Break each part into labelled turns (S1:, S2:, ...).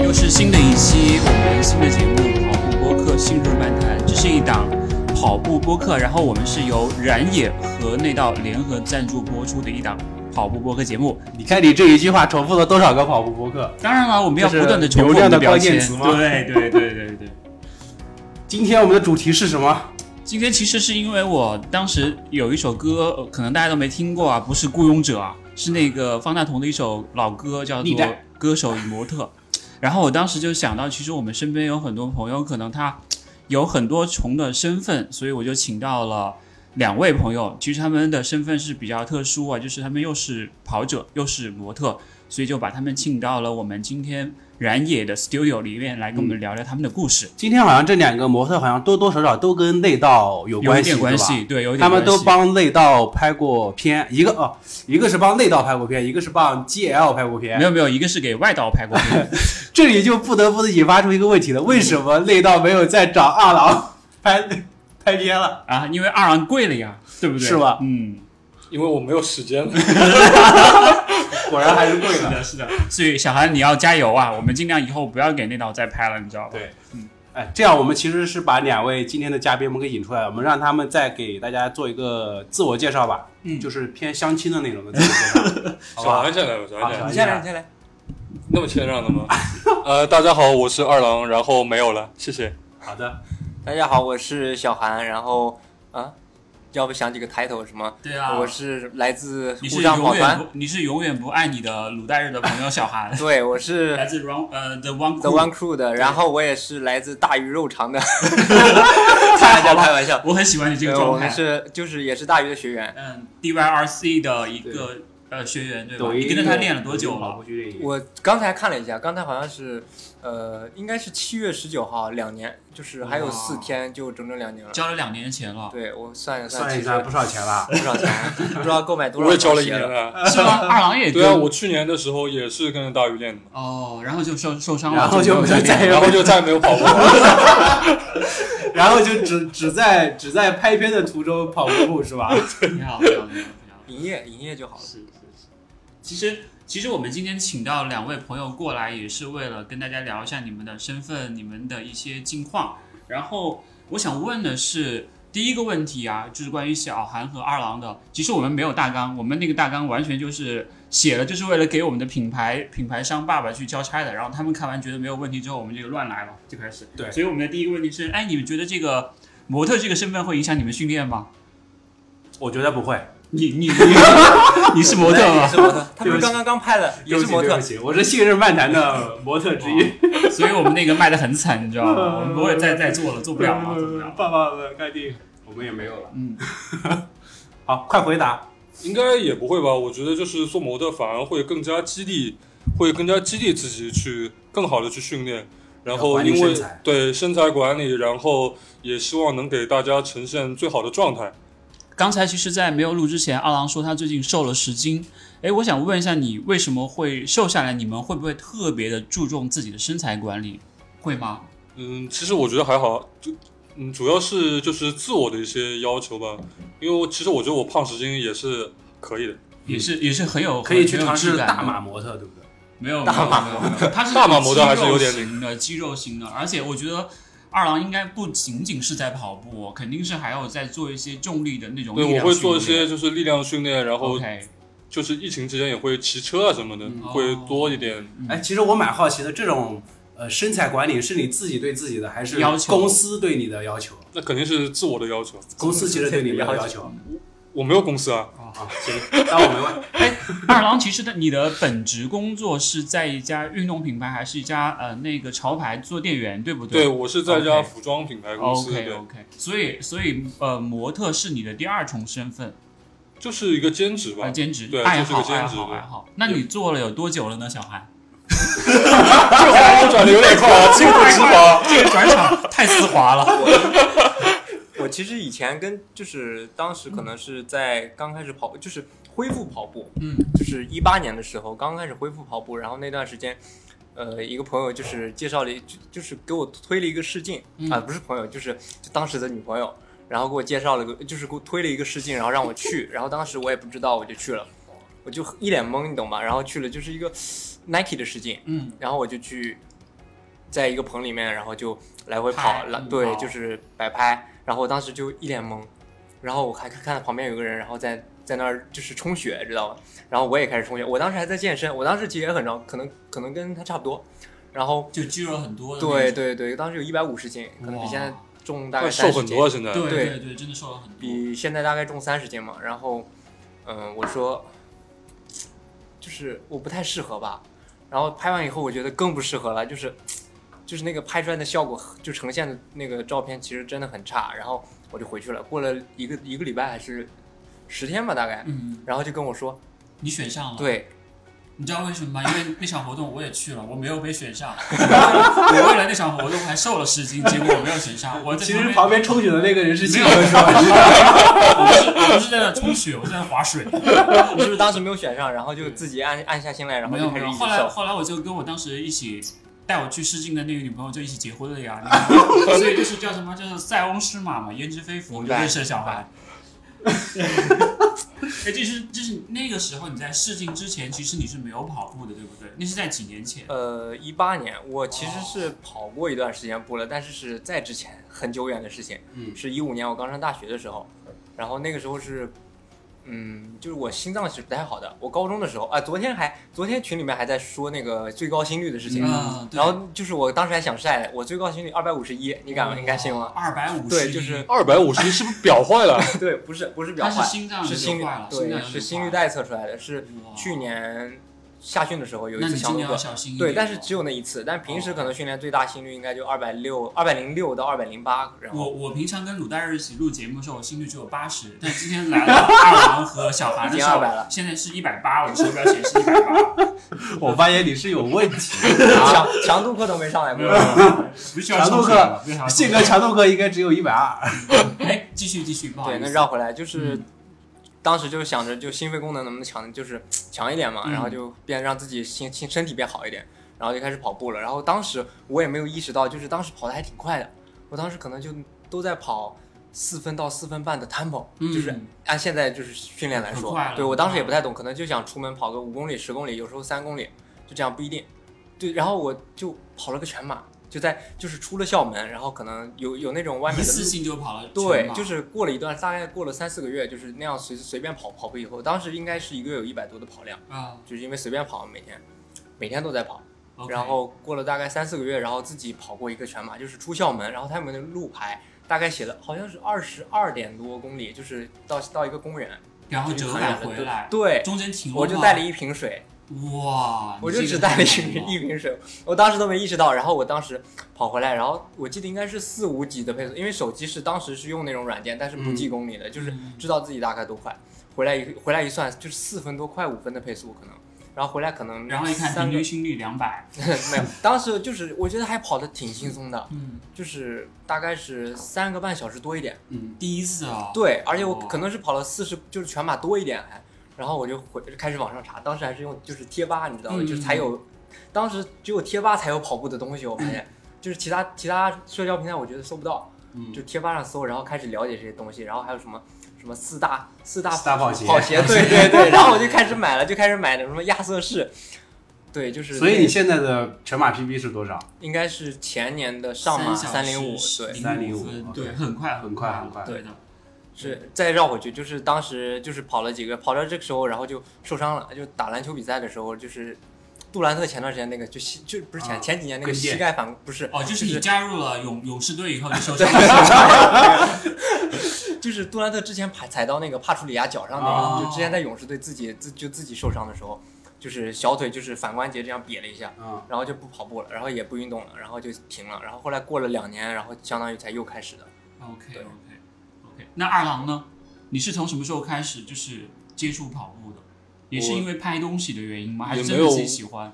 S1: 又是新的一期我们新的节目《跑步播客新日漫谈》，这是一档跑步播客，然后我们是由燃野和内道联合赞助播出的一档跑步播客节目。
S2: 你看你这一句话重复了多少个跑步博客？
S1: 当然了，我们要
S2: 这是
S1: 不断的重复
S2: 流
S1: 我们
S2: 量的
S1: 标
S2: 关键
S1: 签。
S2: 词吗
S1: 对对对对对。
S2: 今天我们的主题是什么？
S1: 今天其实是因为我当时有一首歌，呃可能大家都没听过啊，不是《雇佣者》啊，是那个方大同的一首老歌，叫做
S2: 历
S1: 《
S2: 代
S1: 歌手与模特》。然后我当时就想到，其实我们身边有很多朋友，可能他有很多重的身份，所以我就请到了两位朋友。其实他们的身份是比较特殊啊，就是他们又是跑者，又是模特，所以就把他们请到了我们今天燃野的 studio 里面来跟我们聊聊他们的故事，
S2: 今天好像这两个模特好像多多少少都跟内道
S1: 有
S2: 有
S1: 一
S2: 关系，
S1: 点关
S2: 对
S1: 系，
S2: 吧。
S1: 对，有一点
S2: 他们都
S1: 关系
S2: 帮内道拍过片，一个哦，一个是帮内道拍过片，一个是帮 GL 拍过
S1: 没
S2: 片。
S1: 有没有，一个是给外道拍过片，
S2: 这里就不得不引发出一个问题了：为什么内道没有再找二郎拍 拍片了？
S1: 啊，因为二郎贵了呀，对不对？
S2: 是吧
S1: 嗯，
S3: 因为我没有时间了。
S2: 果然还是贵
S1: 是
S2: 了。
S1: 的，是的。所以小韩你要加油啊！我们尽量以后不要给那道再拍了，你知道吧？
S2: 对哎，这样我们其实是把两位今天的嘉宾我们给引出来了，我们让他们再给大家做一个自我介绍吧，
S1: 嗯
S2: 就是偏相亲的那种的 自我介绍，好不好
S3: 小韩？先来吧，小韩先
S2: 好
S3: 来，
S2: 先来
S1: 先来。
S3: 那么谦让的吗？呃，大家好，我是二郎，然后没有了，谢谢。
S2: 好的，
S4: 大家好，我是小韩，然后啊，要不想几个 title 什么？
S1: 对啊，
S4: 我是来自
S1: 你
S4: 故
S1: 是
S4: 障
S1: 永
S4: 保
S1: 远
S4: 团，，
S1: 不，你是永远不爱你的鲁代日的朋友小韩
S4: 对，我
S1: 来
S4: 是
S1: 自 Run 呃 The One
S4: The
S1: Crew
S4: One Crew 的，然后我也是来自大鱼肉肠的，开玩笑，开玩笑，
S1: 我很喜欢你这个
S4: 对我
S1: 状
S4: 们
S1: 态。
S4: 是就是也是大鱼的学员，
S1: 嗯，DYRC 的一个呃学员对吧？
S2: 抖
S1: 你
S2: 音
S1: 跟着他练了多久了？？
S4: 我刚才看了一下，刚才好像是呃，应该是七月十九号，两年，就是还有
S1: 哇
S4: 四天，就整整两年了。
S1: 交了两年前了，
S4: 对我算一
S2: 算
S4: 其
S2: 一
S4: 实
S2: 算不少钱了，
S4: 不少钱，不知道购买多少
S3: 我也交了一
S4: 双鞋
S3: 年了。
S1: 是吗？二郎也跟
S3: 对啊，我去年的时候也是跟着大鱼练的嘛，
S1: 哦，然后就受受伤了，
S2: 然后就
S1: 没有练
S2: 再也
S3: 然后就再也没有跑过了。
S2: 然后就只只在只在拍片的途中跑个步是 吧？
S1: 你好，你好，你好，你好。
S4: 营业营业就好了。
S1: 是是是。其实其实我们今天请到两位朋友过来，也是为了跟大家聊一下你们的身份、你们的一些近况。然后我想问的是。第一个问题啊，就是关于小韩和二郎的。其实我们没有大纲，我们那个大纲完全就是写了，就是为了给我们的品牌品牌商爸爸去交差的。然后他们看完觉得没有问题之后，我们就乱来了，就开始。
S2: 对
S1: 所以我们的第一个问题是：哎，你们觉得这个模特这个身份会影响你们训练吗？
S2: 我觉得不会，
S1: 你你你 你是模特吗？
S4: 也是模特，他
S2: 对不
S4: 不是
S2: 起
S4: 刚刚刚拍的，也
S2: 对
S4: 是
S2: 不起
S4: 模
S2: 对
S4: 特
S2: 不。起，我是信任漫谈的模特之
S1: 哦
S2: 一。
S1: 所以我们那个卖的很惨，你知道吗？我们不会再再做了，做不了
S2: 嗯
S1: 了，做不了了。
S2: 爸爸们盖定，我们也没有了。
S1: 嗯，
S2: 好，快回答。
S3: 应该也不会吧？我觉得就是做模特反而会更加激励，会更加激励自己去更好的去训练。然后因
S2: 要管
S3: 为
S2: 理身材
S3: 对身材管理，然后也希望能给大家呈现最好的状态。
S1: 刚才其实，在没有录之前，二郎说他最近瘦了十斤。哎，我想问一下，你为什么会瘦下来？你们会不会特别的注重自己的身材管理？会吗？
S3: 嗯，其实我觉得还好，就嗯，主要是就是自我的一些要求吧，因为我其实我觉得我胖十斤也是可以的，
S1: 也是也是很有
S2: 可以去尝
S1: 很有
S2: 试
S1: 质感的
S2: 大码模特，对不对？
S1: 没有
S4: 大码
S1: 模 特，他是
S3: 大码模特还是有点
S1: 肌肉型的，肌肉型的。而且我觉得二郎应该不仅仅是在跑步，肯定是还有在做一些重力的那种力
S3: 对，
S1: 量训练。啊
S3: 我会做一些就是力量训练，然后
S1: OK，
S3: 就是疫情期间也会骑车啊什么的，
S2: 嗯
S3: 会多一点。
S1: 哦
S2: 哎，其实我蛮好奇的，这种呃身材管理是你自己对自己的，还是
S1: 要求
S2: 公司对你的要求？
S3: 那肯定是自我的要求，
S2: 公司其实对你没有要
S4: 要
S2: 求
S3: 我没有公司啊，
S2: 啊，行，那我明白。
S1: 二郎，其实的你的本职工作是在一家运动品牌，还是一家呃那个潮牌做店员，对不
S3: 对
S1: 对？
S3: 我是在一家
S1: OK 哦
S3: 服装品牌公司
S1: OK
S3: 对，
S1: OK，所以所以呃，模特是你的第二重身份，
S3: 就是一个兼职吧
S1: 呃，，兼职
S3: 对
S1: 爱
S3: 就是个
S1: 好
S3: 兼
S1: 爱
S3: 职
S1: 好
S3: 对
S1: 爱好。那你做了有多久了呢，小韩？
S3: 这话转的有点快 啊，猝不及防。
S1: 这个转场太丝滑了。
S4: 我其实以前跟就是当时可能是在刚开始跑，就是恢复跑步，
S1: 嗯，
S4: 就是一八年的时候刚开始恢复跑步，然后那段时间呃一个朋友就是介绍了一，就就是给我推了一个试镜
S1: 嗯
S4: 啊，不是朋友，就是就当时的女朋友，然后给我介绍了个，就是给我推了一个试镜，然后让我去，然后当时我也不知道，我就去了，我就一脸懵，你懂吗？然后去了就是一个 Nike 的试镜，
S1: 嗯，
S4: 然后我就去在一个棚里面，然后就来回
S1: 拍
S4: 跑，来
S1: 嗯
S4: 对，
S1: 哦
S4: 就是摆拍。然后我当时就一脸懵，然后我还看看旁边有个人，然后在在那儿就是充血，知道吧？然后我也开始充血，我当时还在健身，我当时其实也很壮，可能可能跟他差不多。然后
S1: 就肌肉很多的那种。
S4: 对对对，当时有一百五十斤，可能比现在
S1: 哇
S4: 重大概
S3: 但瘦
S4: 30
S3: 很
S4: 斤
S3: 多啊现在。
S1: 对
S4: 对
S1: 对对，真的瘦了很多。
S4: 比现在大概重三十斤嘛。然后，嗯，我说，就是我不太适合吧。然后拍完以后，我觉得更不适合了，就是，就是那个拍出来的效果，就呈现的那个照片，其实真的很差。然后我就回去了，过了一个一个礼拜还是十天吧，大概。
S1: 嗯，
S4: 然后就跟我说，
S1: 你选上了。，
S4: 对，
S1: 你知道为什么吗？因为那场活动我也去了，我没有被选上。 我为了那场活动还瘦了十斤，结果我没有选上。我在
S2: 其实
S1: 旁
S2: 旁边抽血的那个人是
S1: 没
S2: 庆
S1: 有
S2: 哥是吧？
S1: 边，我不是我不是在那冲雪，我是在那划水。
S4: 你是不是当时没有选上？然后就自己暗暗下心来，然后
S1: 没
S4: 就
S1: 有
S4: 开
S1: 没
S4: 始
S1: 有，
S4: 一直
S1: 后来
S4: 瘦。
S1: 后来我就跟我当时一起带我去试镜的那个女朋友就一起结婚了呀， 你知道吗所以就是叫什么，就是塞翁失马嘛，焉知非福，
S4: 明
S1: 就
S4: 白
S1: 认识了小孩。 哎，就是就是那个时候你在试镜之前，其实你是没有跑步的，对不对？那是在几年前，
S4: 呃，一八年我其实是跑过一段时间步了，但是是在之前很久远的事情，
S2: 嗯
S4: 是一五年我刚上大学的时候，然后那个时候是，嗯，就是我心脏是不太好的，我高中的时候啊、昨天还昨天群里面还在说那个最高心率的事情，
S1: 嗯对
S4: 然后就是我当时还想晒我最高心率二百五十一，你
S1: 哦
S4: 敢吗？你敢信吗？
S1: 二百五十，
S4: 对就是
S3: 二百五十一是不是表坏了？
S4: 对，不是不是表
S1: 他
S4: 坏
S1: 是，心脏
S4: 是心
S1: 瘤
S4: 率
S1: 坏了，心脏
S4: 对，
S1: 瘤心
S4: 是心率，带测出来的，是
S1: 哇
S4: 去年下旬的时候有一
S1: 那
S4: 次
S1: 你
S4: 强
S1: 今
S4: 度
S1: 年
S4: 课
S1: 要。小心一点哦。
S4: 对，但是只有那一次。但平
S1: 哦
S4: 时可能训练最大心率应该就二百六、二百零六到二百零八，然
S1: 我
S4: 后
S1: 我平常跟鲁大日一起录节目的时候，我心率只有八十，但今天来了二王和 小韩的时
S4: 已
S1: 候
S4: 经200了，
S1: 现在是一百八，我的手表显示一百 八，
S2: 我发现你是有问题。
S4: 强强度课都没上来
S1: 没
S4: 过
S1: 有。没有没有不需要
S2: 强度
S1: 抽血了，不需要抽血
S2: 信哥强度课应该只有一百二。
S1: 哎，继续继续，不好
S4: 对，
S1: 意
S4: 那
S1: 思，
S4: 绕回来
S1: 嗯
S4: 就是，当时就想着就心肺功能能不能强，就是强一点嘛，
S1: 嗯
S4: 然后就变让自己心心身体变好一点，然后就开始跑步了。然后当时我也没有意识到，就是当时跑的还挺快的，我当时可能就都在跑。四分到四分半的 tempo，、
S1: 嗯
S4: 就是按现在就是训练来
S1: 很
S4: 说
S1: 快，了嗯
S4: 对我
S1: 很
S4: 当时
S1: 快
S4: 也不太懂，可能就想出门跑个五公里、十公里，有时候三公里，就这样不一定。对，然后我就跑了个全马，就在就是出了校门，然后可能有有那种外面
S1: 一
S4: 的路
S1: 次性就跑了全马，
S4: 对，就是过了一段，大概过了三四个月，就是那样随随便跑跑步以后，当时应该是一个月有一百多的跑量，
S1: 啊
S4: 就是因为随便跑，每天每天都在跑。
S1: ，OK，
S4: 然后过了大概三四个月，然后自己跑过一个全马，就是出校门，然后他们的路牌大概写了好像是二十二点多公里，就是到到一个公园，
S1: 然后
S4: 就是
S1: 折
S4: 很
S1: 返
S4: 远的
S1: 回
S4: 路
S1: 来，
S4: 对，
S1: 中间停了吗，
S4: 我就带了一瓶水，
S1: 哇，你
S4: 我就
S1: 这个
S4: 只带了一
S1: 太猛
S4: 瓶
S1: 了
S4: 一瓶水，我当时都没意识到。然后我当时跑回来，然后我记得应该是四五几的配速，因为手机是当时是用那种软件，但是不
S1: 嗯
S4: 记公里的，就是知道自己大概多快。回来一回来一算，就是四分多，快五分的配速可能。然后回来可能
S1: 然后一看
S4: 三
S1: 平
S4: 个
S1: 均心率两百，
S4: 没有，当时就是我觉得还跑得挺轻松的，
S1: 嗯，
S4: 就是大概是三个半小时多一点。
S1: 第一次啊，
S4: 嗯对，而且我
S1: 哦
S4: 可能是跑了四十，就是全马多一点还。然后我就回开始网上查，当时还是用就是贴吧，你知道吗？
S1: 嗯
S4: 就是才有，当时只有贴吧才有跑步的东西，我发现，就是其他其他社交平台我觉得搜不到，
S2: 嗯
S4: 就贴吧上搜，然后开始了解这些东西，然后还有什么什么四大四大
S2: 四大跑鞋
S4: 跑鞋，对对对，然后我就开始买了，就开始买什么亚瑟士，对，就是
S2: 所以
S4: 那
S2: 你现在的全马 PB 是多少？
S4: 应该是前年的上马三零五，对，
S1: 零
S2: 305
S1: 对，很快
S2: 很快
S1: 快
S2: 很快
S1: 对的，
S4: 是再绕回去，就是当时就是跑了几个，跑到这个时候，然后就受伤了，就打篮球比赛的时候，就是杜兰特前段时间那个就膝就不是前、
S2: 啊
S4: 前几年那个
S2: 跟腱
S4: 膝盖反不是
S1: 哦，就是
S4: 就
S1: 你
S4: 是
S1: 加入了勇勇士队以后就受伤
S4: 就是杜兰特之前踩踩到那个帕楚里亚脚上那个，
S1: 哦
S4: 就之前在勇士队自己自就自己受伤的时候，就是小腿就是反关节这样瘪了一下，
S2: 嗯，
S4: 然后就不跑步了，然后也不运动了，然后就停了，然后后来过了两年，然后相当于才又开始的。
S1: OK
S4: 对
S1: OK OK，那二郎呢？你是从什么时候开始就是接触跑步的？也是
S3: 我
S1: 因为拍东西的原因吗？还
S3: 也
S1: 是真
S3: 没
S1: 的
S3: 有
S1: 自己喜欢？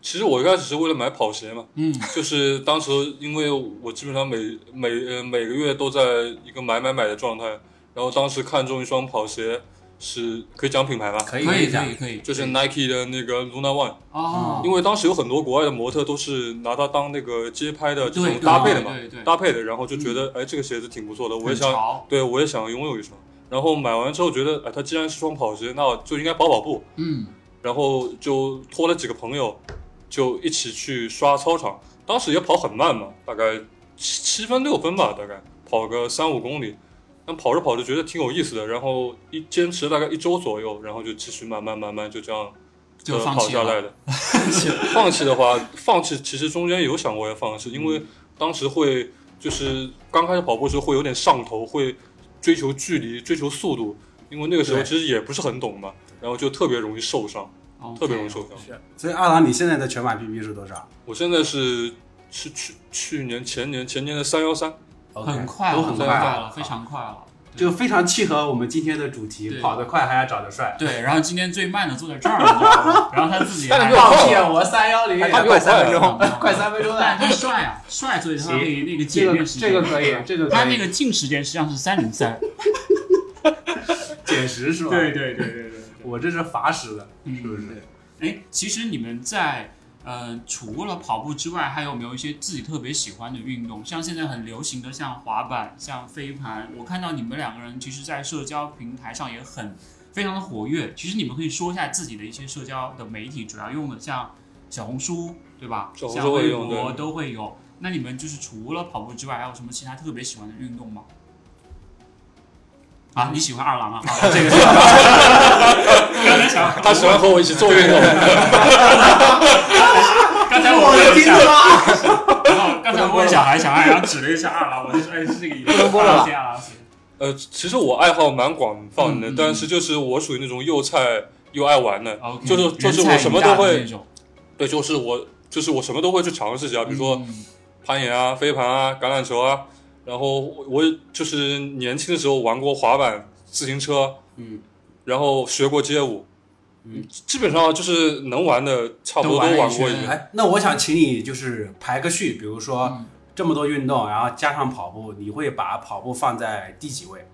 S3: 其实我一开始是为了买跑鞋嘛，
S1: 嗯，
S3: 就是当时因为我基本上每每呃每个月都在一个买买买的状态，然后当时看中一双跑鞋，是可以讲品牌吧？
S2: 可以
S1: 可以
S2: 讲
S1: 可以可以
S3: 就是 Nike 的那个 Luna One，
S1: 哦，
S3: 因为当时有很多国外的模特都是拿它当那个街拍的这
S1: 对
S3: 种搭配的嘛，
S1: 对对对，
S3: 搭配的，然后就觉得哎这个鞋子挺不错的，我也
S1: 很
S3: 想，
S1: 潮，
S3: 对我也想拥有一双。然后买完之后觉得哎它既然是双跑鞋，那我就应该跑跑步。
S1: 嗯，
S3: 然后就托了几个朋友，就一起去刷操场。当时也跑很慢嘛，大概七七分六分吧，大概跑个三五公里。但跑着跑着觉得挺有意思的，然后一坚持大概一周左右，然后就继续慢慢慢慢就这样
S1: 就
S3: 呃
S1: 放
S3: 跑
S1: 弃
S3: 下来
S1: 了，
S3: 的。放弃的话，放弃其实中间有想过要放弃，因为当时会就是刚开始跑步的时候会有点上头，会追求距离、追求速度，因为那个时候
S2: 对
S3: 其实也不是很懂嘛，然后就特别容易受伤，
S1: OK
S3: 特别容易受伤。
S2: 所以阿郎，你现在的全马 PB 是多少
S3: 我现在是是去去年前年前年的三幺三，
S2: ？OK，
S1: 很快了，
S2: 都
S1: 很
S2: 很
S1: 快了，
S2: 了，
S1: 非常快了。
S2: 这个非常契合我们今天的主题，
S1: 对
S2: 跑得快还要长得帅。
S1: 对，然后今天最慢的坐在这儿，你知道吗？然后他自己还
S3: 那就好
S2: 屁！我三幺零，
S4: 还比我快
S2: 310
S1: 嗯嗯
S2: 快三分钟
S1: 但
S2: 了。
S1: 他帅啊，帅，所以他那个那个
S2: 这
S1: 减
S2: 个
S1: 面时
S2: 这
S1: 间，
S2: 个可以，这个可以。
S1: 他那个净时间实际上是三零三。
S2: 减时是吧？，
S1: 对对对对，
S2: 我这是罚时的，是不是？
S1: 哎，其实你们在呃，除了跑步之外，还有没有一些自己特别喜欢的运动？像现在很流行的，像滑板、像飞盘。我看到你们两个人其实，在社交平台上也很非常的活跃。其实你们可以说一下自己的一些社交的媒体主要用的，像小红书，对吧？
S3: 小红
S1: 像
S3: 书会
S1: 微
S3: 用
S1: 博
S3: 对
S1: 都会有。那你们就是除了跑步之外，还有什么其他特别喜欢的运动吗？啊，你喜欢二郎啊？好这个是 刚才
S2: 嗯
S1: 想
S3: 他喜欢和我一起做运动，
S1: 刚才我问了一下，然后刚才问小孩小
S2: 啊
S1: 孩，然后指了一下二郎，我就说哎是这个意思，
S4: 能播了吧
S1: 谢谢二郎谢谢
S3: 呃，其实我爱好蛮广泛的，
S1: 嗯嗯嗯啊
S3: 但是就是我属于那种又菜又爱玩的
S1: OK，
S3: 就是就是
S1: 嗯人菜
S3: 我什么
S1: 瘾大
S3: 都
S1: 的
S3: 会
S1: 那，种，
S3: 对，就是我就是我什么都会去尝试一下，比如说
S1: 嗯
S3: 攀岩啊、飞盘啊、橄榄球啊，然后我我就是年轻的时候玩过滑板、自行车，
S2: 嗯，
S3: 然后学过街舞，
S2: 嗯，
S3: 基本上就是能玩的差不多都
S1: 都玩了一
S3: 玩过
S1: 圈
S3: 一遍。
S2: 哎，那我想请你就是排个序，比如说
S1: 嗯
S2: 这么多运动，然后加上跑步，你会把跑步放在第几位？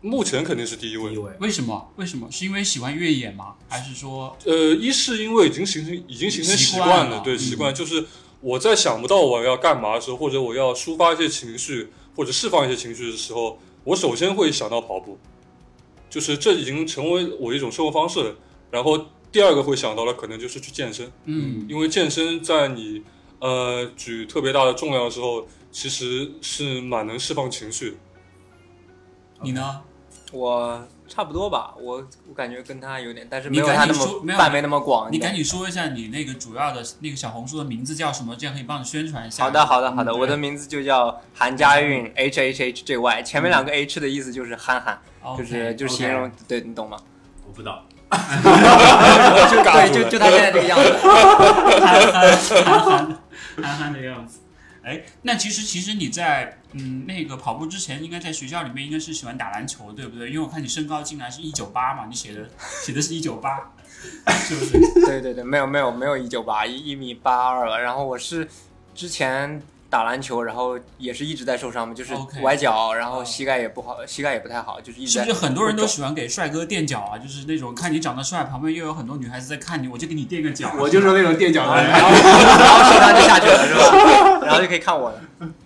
S3: 目前肯定是第一位
S2: 第一。位。
S1: 为什么？为什么？是因为喜欢越野吗？还是说
S3: 呃，一是因为已经形成已经形成习
S1: 习惯
S3: 惯
S1: 了
S3: 了，对
S1: 嗯
S3: 习惯就是我在想不到我要干嘛的时候，或者我要抒发一些情绪，或者释放一些情绪的时候，我首先会想到跑步，就是这已经成为我一种生活方式了。然后第二个会想到的可能就是去健身，
S1: 嗯
S3: 因为健身在你呃举特别大的重量的时候，其实是蛮能释放情绪的。
S1: 你呢？
S4: 我差不多吧，我我感觉跟他有点，但是
S1: 你
S4: 没有
S1: 赶
S4: 他那
S1: 紧说没
S4: 么
S1: 有
S4: 范围那么广。
S1: 你赶。紧说一下你那个主要的那个小红书的名字叫什么，这样可以帮你宣传一下。
S4: 好的，好的，好
S1: 嗯
S4: 的。
S1: 对
S4: 我的名字就叫韩佳韵 H H H J Y，前面两个 H 的意思就是憨憨，
S1: 嗯哦 OK，
S4: 就是就是
S2: OK
S4: 形容，对你懂吗？
S2: 我不懂，
S4: 就对，就就他现在这个样子。
S1: 憨憨憨憨憨憨的样子。哎，那其实其实你在嗯那个跑步之前，应该在学校里面应该是喜欢打篮球，对不对？因为我看你身高进来是一九八嘛，你写的写的是一九八，是不 是？
S4: 对对对，没有没有没有一九八一一米八二了。然后我是之前打篮球，然后也是一直在受伤嘛，就是
S1: OK
S4: 崴脚，然后膝盖也不好，膝盖也不太好，就是一直
S1: 是
S4: 在
S1: 不是很多人都喜欢给帅哥垫脚啊？就是那种看你长得帅，旁边又有很多女孩子在看你，我就给你垫个脚。
S2: 我就是那种垫脚 的人。
S4: 然后然后受伤就下去 了，是吧？然后就可以看我了。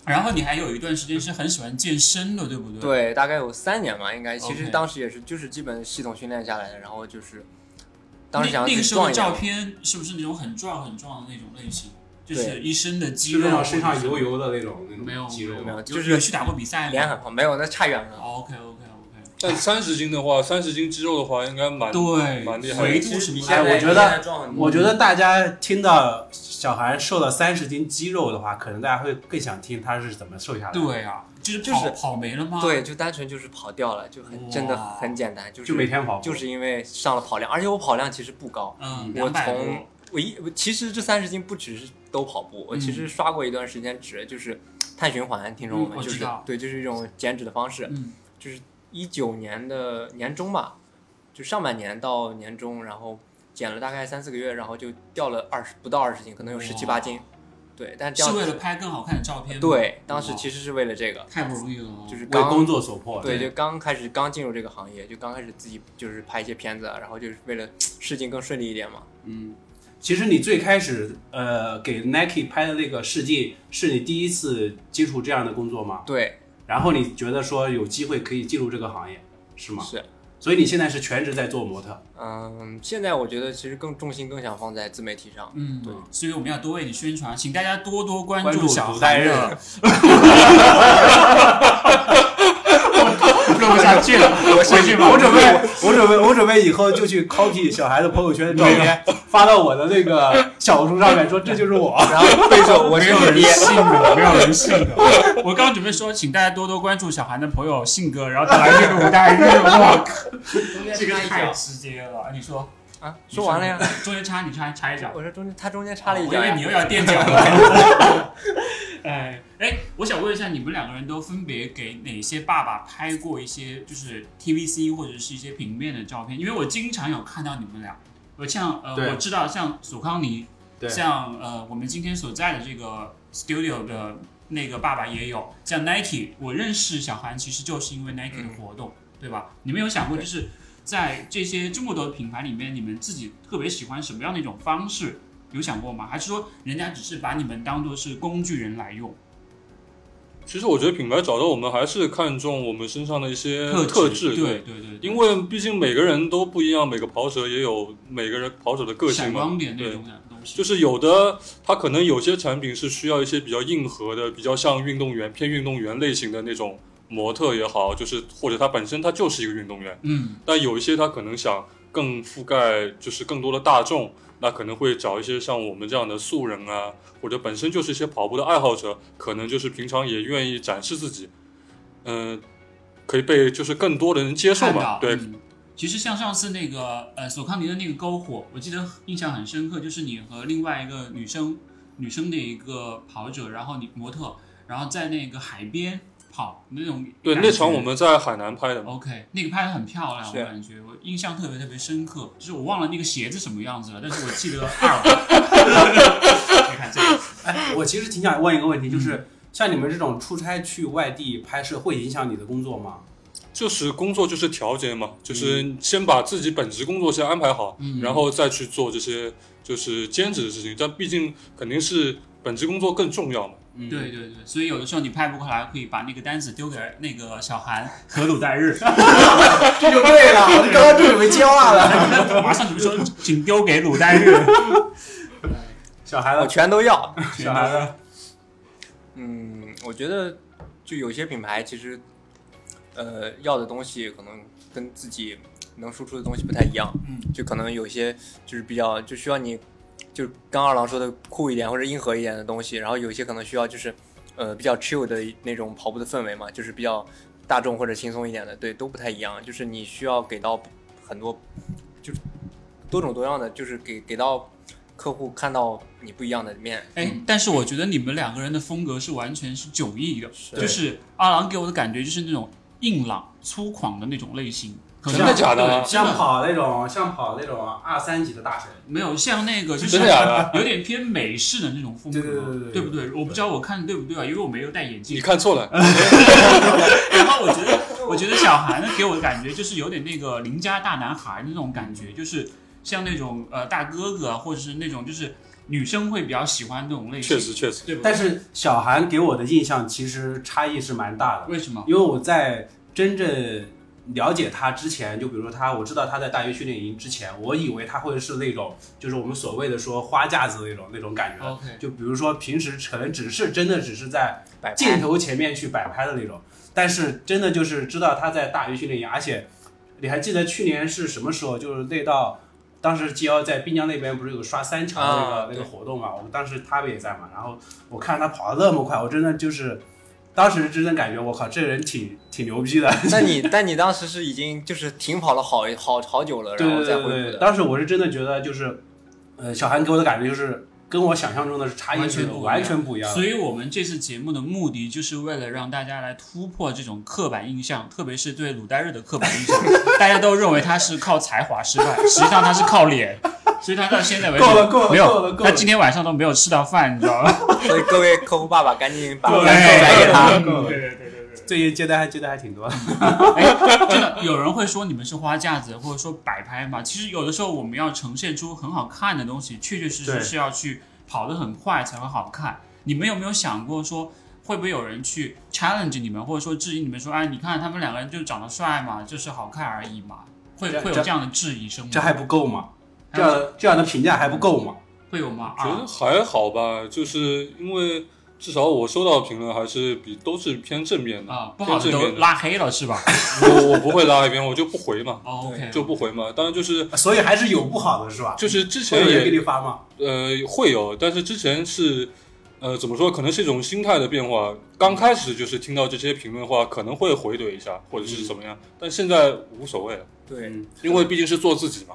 S1: 然后你还有一段时间是很喜欢健身的，对不对？。
S4: 对，大概有三年嘛，应该其实
S1: OK
S4: 当时也是就是基本系统训练下来的，然后就是当时
S1: 那
S4: 想要
S1: 那
S4: 自
S1: 个
S4: 己
S1: 时候
S4: 壮
S1: 的
S4: 一点
S1: 照。片是不是那种很壮很壮的那种类型？就是
S4: 对
S1: 一身的肌
S2: 是
S1: 肉
S2: 那
S1: 或
S2: 种
S1: 者是，
S2: 身上油油的那种那
S1: 没有
S2: 种肌肉
S4: 没有
S1: 有
S4: 就是
S1: 有去打过比赛吗？哦
S4: 脸很胖，没有，那差远了。
S1: OK OK OK，
S3: 但三十斤的话，三十斤肌肉的话，应该蛮
S1: 对，
S3: 蛮厉害的
S1: 维度什么
S2: 哎
S1: 的？
S2: 我觉得，我觉
S1: 得
S2: 得大家听到小韩瘦了三十斤肌肉的话，可能大家会更想听他是怎么瘦下来的。
S1: 对啊，就是
S4: 就
S1: 跑
S4: 是
S1: 跑没了吗？
S4: 对，就单纯就是跑掉了，就很真的
S1: 哇
S4: 很简单，就是
S2: 就每天跑步，
S4: 就是因为上了跑量，而且我跑量其实不高，
S1: 嗯，
S4: 我
S1: 两百
S4: 从我一我其实这三十斤不只是都跑步，我其实刷过一段时间脂，就是碳循环，听众
S1: 嗯
S4: 们
S1: 我
S4: 就
S1: 知
S4: 是
S1: 道
S4: 对，就是一种减脂的方式。
S1: 嗯
S4: 就是一九年的年中吧，就上半年到年中，然后减了大概三四个月，然后就掉了二十不到二十斤，可能有十七
S1: 哇
S4: 八斤，对，但这
S1: 是
S4: 样
S1: 为了拍更好看的照片吗。
S4: 对，当时其
S1: 实
S4: 实是为了这个，
S1: 太不容易了哦，
S4: 就是
S2: 为
S4: 刚
S2: 工作所迫。
S4: 对，
S1: 对
S4: 就刚开始刚进入这个行业，就刚开始自己就是拍一些片子啊，然后就是为了事情更顺利一点嘛。
S1: 嗯，
S2: 其实你最开始呃给 Nike 拍的那个世界，是你第一次接触这样的工作吗？
S4: 对，
S2: 然后你觉得说有机会可以进入这个行业，是吗？
S4: 是，
S2: 所以你现在是全职在做模特，
S4: 嗯，现在我觉得其实更重心更想放在自媒体上。
S1: 嗯，
S4: 对，
S1: 所以我们要多为你宣传，请大家多多关
S2: 关注
S1: 小
S2: 古代
S1: 韩
S2: 日
S1: 的。我 录不下去了，我回去吧。
S2: 我准备， 我准备，我准备以后就去 copy 小孩的朋友圈的照片，发到我的那个小红书上面，说这就是我。
S4: 然后备注我
S1: 没
S4: 是
S1: 有
S4: 你
S1: 人
S4: 爹，
S1: 信的，没有人信的。我刚准备说，请大家多多关注小韩的朋友信哥，然后他来这个舞台日，我靠，这个太直接了。你说
S4: 啊，说完了呀。，
S1: 中间插你插插一脚。
S4: 我说中间他中间插了一
S1: 我以
S4: 脚
S1: 为
S4: 呀
S1: 你，又要垫脚了。哎哎，我想问一下，你们两个人都分别给哪些爸爸拍过一些就是 TVC 或者是一些平面的照片？因为我经常有看到你们俩，我像
S2: 对
S1: 呃，我知道像索康尼，
S2: 对
S1: 像呃我们今天所在的这个 studio 的那个爸爸也有，像 Nike，我认识小韩其实就是因为 Nike
S3: 嗯
S1: 的活动，对吧？你们有想过就是？在这些这么多的品牌里面，你们自己特别喜欢什么样的一种方式？有想过吗？还是说人家只是把你们当做是工具人来用？
S3: 其实我觉得品牌找到我们还是看重我们身上的一些
S1: 特
S3: 呃特
S1: 质，
S3: 质，
S1: 对对对，
S3: 因为毕竟每个人都不一样，每个跑者也有每个人跑者的个性
S1: 闪
S3: 嘛
S1: 光。点那
S3: 对
S1: 种的东西，
S3: 就是有的，它可能有些产品是需要一些比较硬核的，比较像运动员偏运动员类型的那种模特也好，就是或者他本身他就是一个运动员。
S1: 嗯，
S3: 但有一些他可能想更覆盖，就是更多的大众，那可能会找一些像我们这样的素人啊，或者本身就是一些跑步的爱好者，可能就是平常也愿意展示自己，嗯、可以被就是更多的人接受
S1: 看
S3: 嘛
S1: 到，
S3: 对，
S1: 嗯其实像上次那个呃索康尼的那个篝火，我记得印象很深刻，就是你和另外一个女生女生的一个跑者，然后你模特，然后在那个海边跑那种
S3: 对，
S1: 感
S3: 那
S1: 觉
S3: 场我们在海南拍的嘛，
S1: OK，那个拍的很漂亮，我
S4: 是
S1: 感觉我印象特别特别深刻，就是我忘了那个鞋子什么样子了，但是我记得二。 你看这个，
S2: 哎，我其实挺想问一个问题，
S1: 嗯
S2: 就是像你们这种出差去外地拍摄，会影响你的工作吗？
S3: 就是工作就是调节嘛，就是先把自己本职工作先安排好，
S1: 嗯
S3: 然后再去做这些就是兼职的事情，但毕竟肯定是本职工作更重要嘛。
S2: 嗯，
S1: 对对对，所以有的时候你拍不过来，可以把那个单子丢给那个小韩和鲁代日，
S2: 这 就对了，我刚刚就准备接话了。
S1: 马上你们说请丢给鲁代日。
S2: 小
S1: 哦
S2: 孩
S4: 我
S2: 子，
S4: 全都要。
S2: 小孩子，
S4: 嗯，我觉得就有些品牌其实，呃，要的东西可能跟自己能输出的东西不太一样，
S1: 嗯，
S4: 就可能有些就是比较就需要你，就是刚二郎说的酷一点或者硬核一点的东西，然后有一些可能需要就是，呃，比较 chill 的那种跑步的氛围嘛，就是比较大众或者轻松一点的，对，都不太一样，就是你需要给到很多，就是多种多样的，就是给给到客户看到你不一样的面，
S1: 哎，
S3: 嗯
S1: 但是我觉得你们两个人的风格是完全是迥异的，
S4: 是
S1: 就是阿郎给我的感觉就是那种硬朗粗犷的那种类型，可能
S3: 真的假的
S1: 对真
S2: 像
S1: 的
S2: 跑那种，像跑那种二三级的大神。
S1: 没有像那个就是
S3: 真的假的
S1: 有点偏美式的那种风格，
S2: 对对对对对
S1: 不对？我不知道我看的对不对啊，因为我没有戴眼
S3: 你
S1: 镜。
S3: 看错了，
S1: 然后我觉得，我觉得小韩给我的感觉就是有点那个邻家大男孩那种感觉，就是像那种呃大哥哥啊，或者是那种就是女生会比较喜欢这种类型，
S3: 确实确实，
S1: 对不对？
S2: 但是小韩给我的印象其实差异是蛮大的，
S1: 为什么？
S2: 因为我在真正了解他之前，就比如说他，我知道他在大学训练营之前，我以为他会是那种就是我们所谓的说花架子那种那种感觉。
S1: OK
S2: 就比如说平时可能只是真的只是在
S4: 摆拍
S2: 镜头前面去摆拍的那种，但是真的就是知道他在大学训练营，而且你还记得去年是什么时候？就是那到当时 G 幺在滨江那边不是有个刷三强的那个、
S4: 啊
S2: 那
S4: 对
S2: 个活动嘛？我们当时他们也在嘛，然后我看他跑得那么快，我真的就是当时真的感觉我靠，这人挺挺牛逼的。
S4: 那你但你当时是已经就是停跑了好好好久了，
S2: 对
S4: 然后
S2: 对
S4: 再
S2: 对
S4: 恢
S2: 对
S4: 复
S2: 对，
S4: 的。
S2: 当时我是真的觉得就是，呃，小韩给我的感觉就是跟我想象中的是差异
S1: 完
S2: 是
S1: 全不一样
S2: 完全不一样的。
S1: 所以我们这次节目的目的就是为了让大家来突破这种刻板印象，特别是 对鲁代日的刻板印象。大家都认为他是靠才华失败，实际上他是靠脸。所以他到现在为止
S2: 够了够了
S1: 没
S2: 够了
S1: 有，
S2: 够
S1: 他
S2: 了
S1: 今天晚上都没有吃到饭，你知道吗？
S4: 所以各位客户爸爸赶紧把
S2: 够了
S4: 饭转给他。
S2: 够了
S1: 对对对对对。
S2: 最近接单还接的还挺
S4: 嗯
S2: 多的，
S1: 哎，真的 有人会说你们是花架子，或者说摆拍嘛？其实有的时候我们要呈现出很好看的东西，确确实实
S2: 对
S1: 是要去跑得很快才会好看。你们有没有想过说，会不会有人去 challenge 你们，或者说质疑你们说，哎，你看他们两个人就长得帅嘛，就是好看而已嘛？会
S2: 这
S1: 会有
S2: 这
S1: 这样的质疑声吗？
S2: 这还不够吗？
S1: 还
S2: 这
S1: 有
S2: 样的这样的评价还不够吗？
S1: 会有吗？
S3: 觉得
S1: 啊，
S3: 还好吧，就是因为至少我收到的评论还是比都是偏正面的
S1: 啊，不好的
S3: 偏正
S1: 都
S3: 面的。
S1: 拉黑了是吧？
S3: 我我不会拉一边，我就不回嘛，
S1: 哦，OK，
S3: 就不回嘛。当然就是
S2: 所以还是有不好的是吧？
S3: 就是之
S2: 会
S3: 前
S2: 有人
S3: 也
S2: 给你发吗？
S3: 呃，会有，但是之前是，呃，怎么说？可能是一种心态的变化。刚开始就是听到这些评论的话，可能会回怼一下，或者是怎么样，
S1: 嗯
S3: 但现在无所谓了，
S4: 对，
S2: 嗯
S3: 因为毕竟是做自己嘛。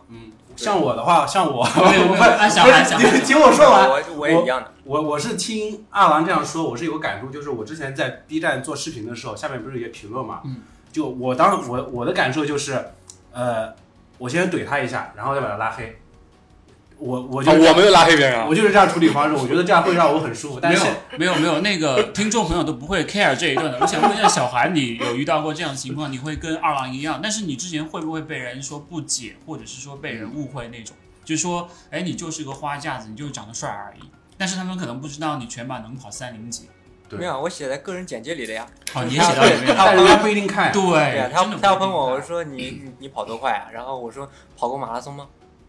S2: 像我的话，像我，
S1: 对 我
S2: 快
S1: 按小韩小韩
S2: 你听我说完。
S4: 我我也一样的。
S2: 我我是听二郎这样说，我是有个感触，就是我之前在 B 站做视频的时候，下面不是有些评论嘛，
S1: 嗯，
S2: 就我当时我我的感受就是，呃，我先怼他一下，然后再把他拉黑。我我就、
S3: 啊，我没有拉黑别人啊
S2: 我，就是这样处理方式，我觉得这样会让我很舒服。但
S1: 没
S2: 是
S1: 有没有没有，那个听众朋友都不会 care 这一段的。我想问一下小韩，你有遇到过这样的情况？你会跟二郎一样，但是你之前会不会被人说不解，或者是说被人误会那种？就说，哎，你就是个花架子，你就是长得帅而已。但是他们可能不知道你全马能跑三零几，
S2: 对
S4: 没有，我写在个人简介里的呀。
S1: 哦，你也写到里面了。
S2: 但人家不一 定看，
S1: 对
S4: 对呀，他
S1: 哎真的不
S4: 他要
S1: 一定
S4: 喷我，我说你你你跑多快啊？然后我说跑过马拉松吗？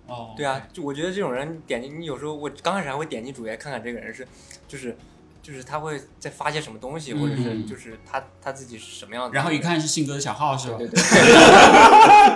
S1: 哦，
S4: 对啊，就我觉得这种人点进，你有时候我刚开始还会点进主页看看这个人是，就是就是他会在发些什么东西，或者是
S2: 嗯
S4: 就是他他自己是什么样子。
S1: 然后一，看是信哥的小号是吧？
S4: 对对对，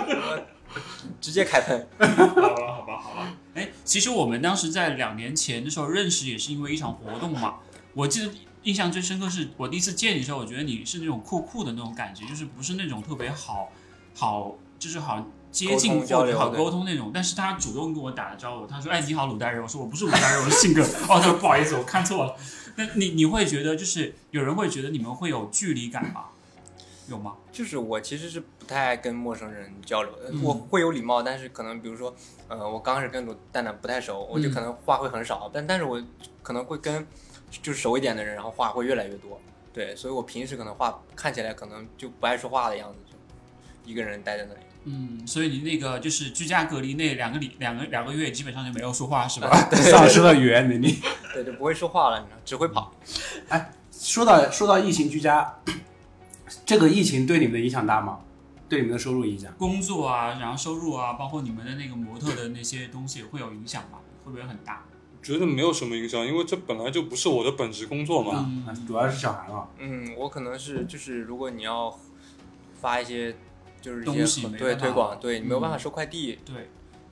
S4: 直接开喷。
S1: 好吧，好吧，好吧。哎，其实我们当时在两年前的时候认识，也是因为一场活动嘛。我记得印象最深刻是我第一次见你的时候，我觉得你是那种酷酷的那种感觉，就是不是那种特别好好，就是好接近或
S4: 沟通交
S1: 者
S4: 流
S1: 好
S4: 对
S1: 沟通那种。但是他主动跟我打了招呼，他说：“哎，你好，鲁大人。”我说：“我不是鲁大人，我是信哥。” 哦，他说：“不好意思，我看错了。”那你你会觉得就是有人会觉得你们会有距离感吗？有吗？
S4: 就是我其实是不太爱跟陌生人交流的，
S1: 嗯
S4: 我会有礼貌，但是可能比如说，呃，我刚开始跟卤蛋蛋不太熟，我就
S1: 嗯
S4: 可能话会很少，但但是我可能会跟就是熟一点的人，然后话会越来越多。对，所以我平时可能话看起来可能就不爱说话的样子，就一个人待在那里。
S1: 嗯，所以你那个就是居家隔离那两个礼两个两个月，基本上就没有说话是吧？
S2: 丧失了语言能力。
S4: 对，就不会说话了，你知道，只会跑。
S2: 说到说到疫情居家，这个疫情对你们的影响大吗？对你们的收入影响？
S1: 工作啊，然后收入啊，包括你们的那个模特的那些东西会有影响吧？会不会很大？
S3: 觉得没有什么影响，因为这本来就不是我的本职工作嘛。
S1: 嗯
S2: 啊主要是小孩嘛，
S4: 嗯，我可能是就是，如果你要发一些就是一
S1: 东西
S4: 些
S1: 没
S4: 对
S1: 办法
S4: 推广，对你没有办法
S1: 嗯
S4: 收快递，
S1: 对，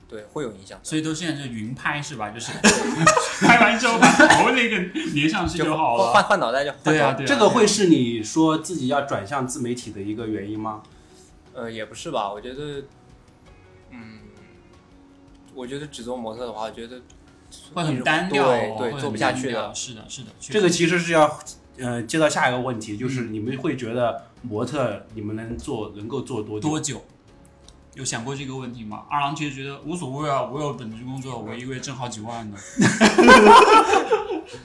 S4: 对会有影响的。
S1: 所以都现在是云拍是吧？就是 拍完之后把头那个粘上去就好
S4: 换
S1: 了。
S4: 换换脑袋就换
S1: 对
S4: 脑
S1: 啊，
S4: 袋
S1: 对啊，
S2: 这个会是你说自己要转向自媒体的一个原因吗？
S4: 呃，也不是吧，我觉得，嗯，我觉得只做模特的话，我觉得
S1: 啊会很单调，
S4: 对对
S1: 会很
S4: 做不下去
S1: 单
S4: 的
S1: 调。是的，是嗯的，确实
S2: 这个其实是要，呃，接到下一个问题，就是你们会觉得模特你们能做能够做多久？
S1: 多久？有想过这个问题吗？二郎其实觉得无所谓啊，我有本职工作，我一个月挣好几万呢。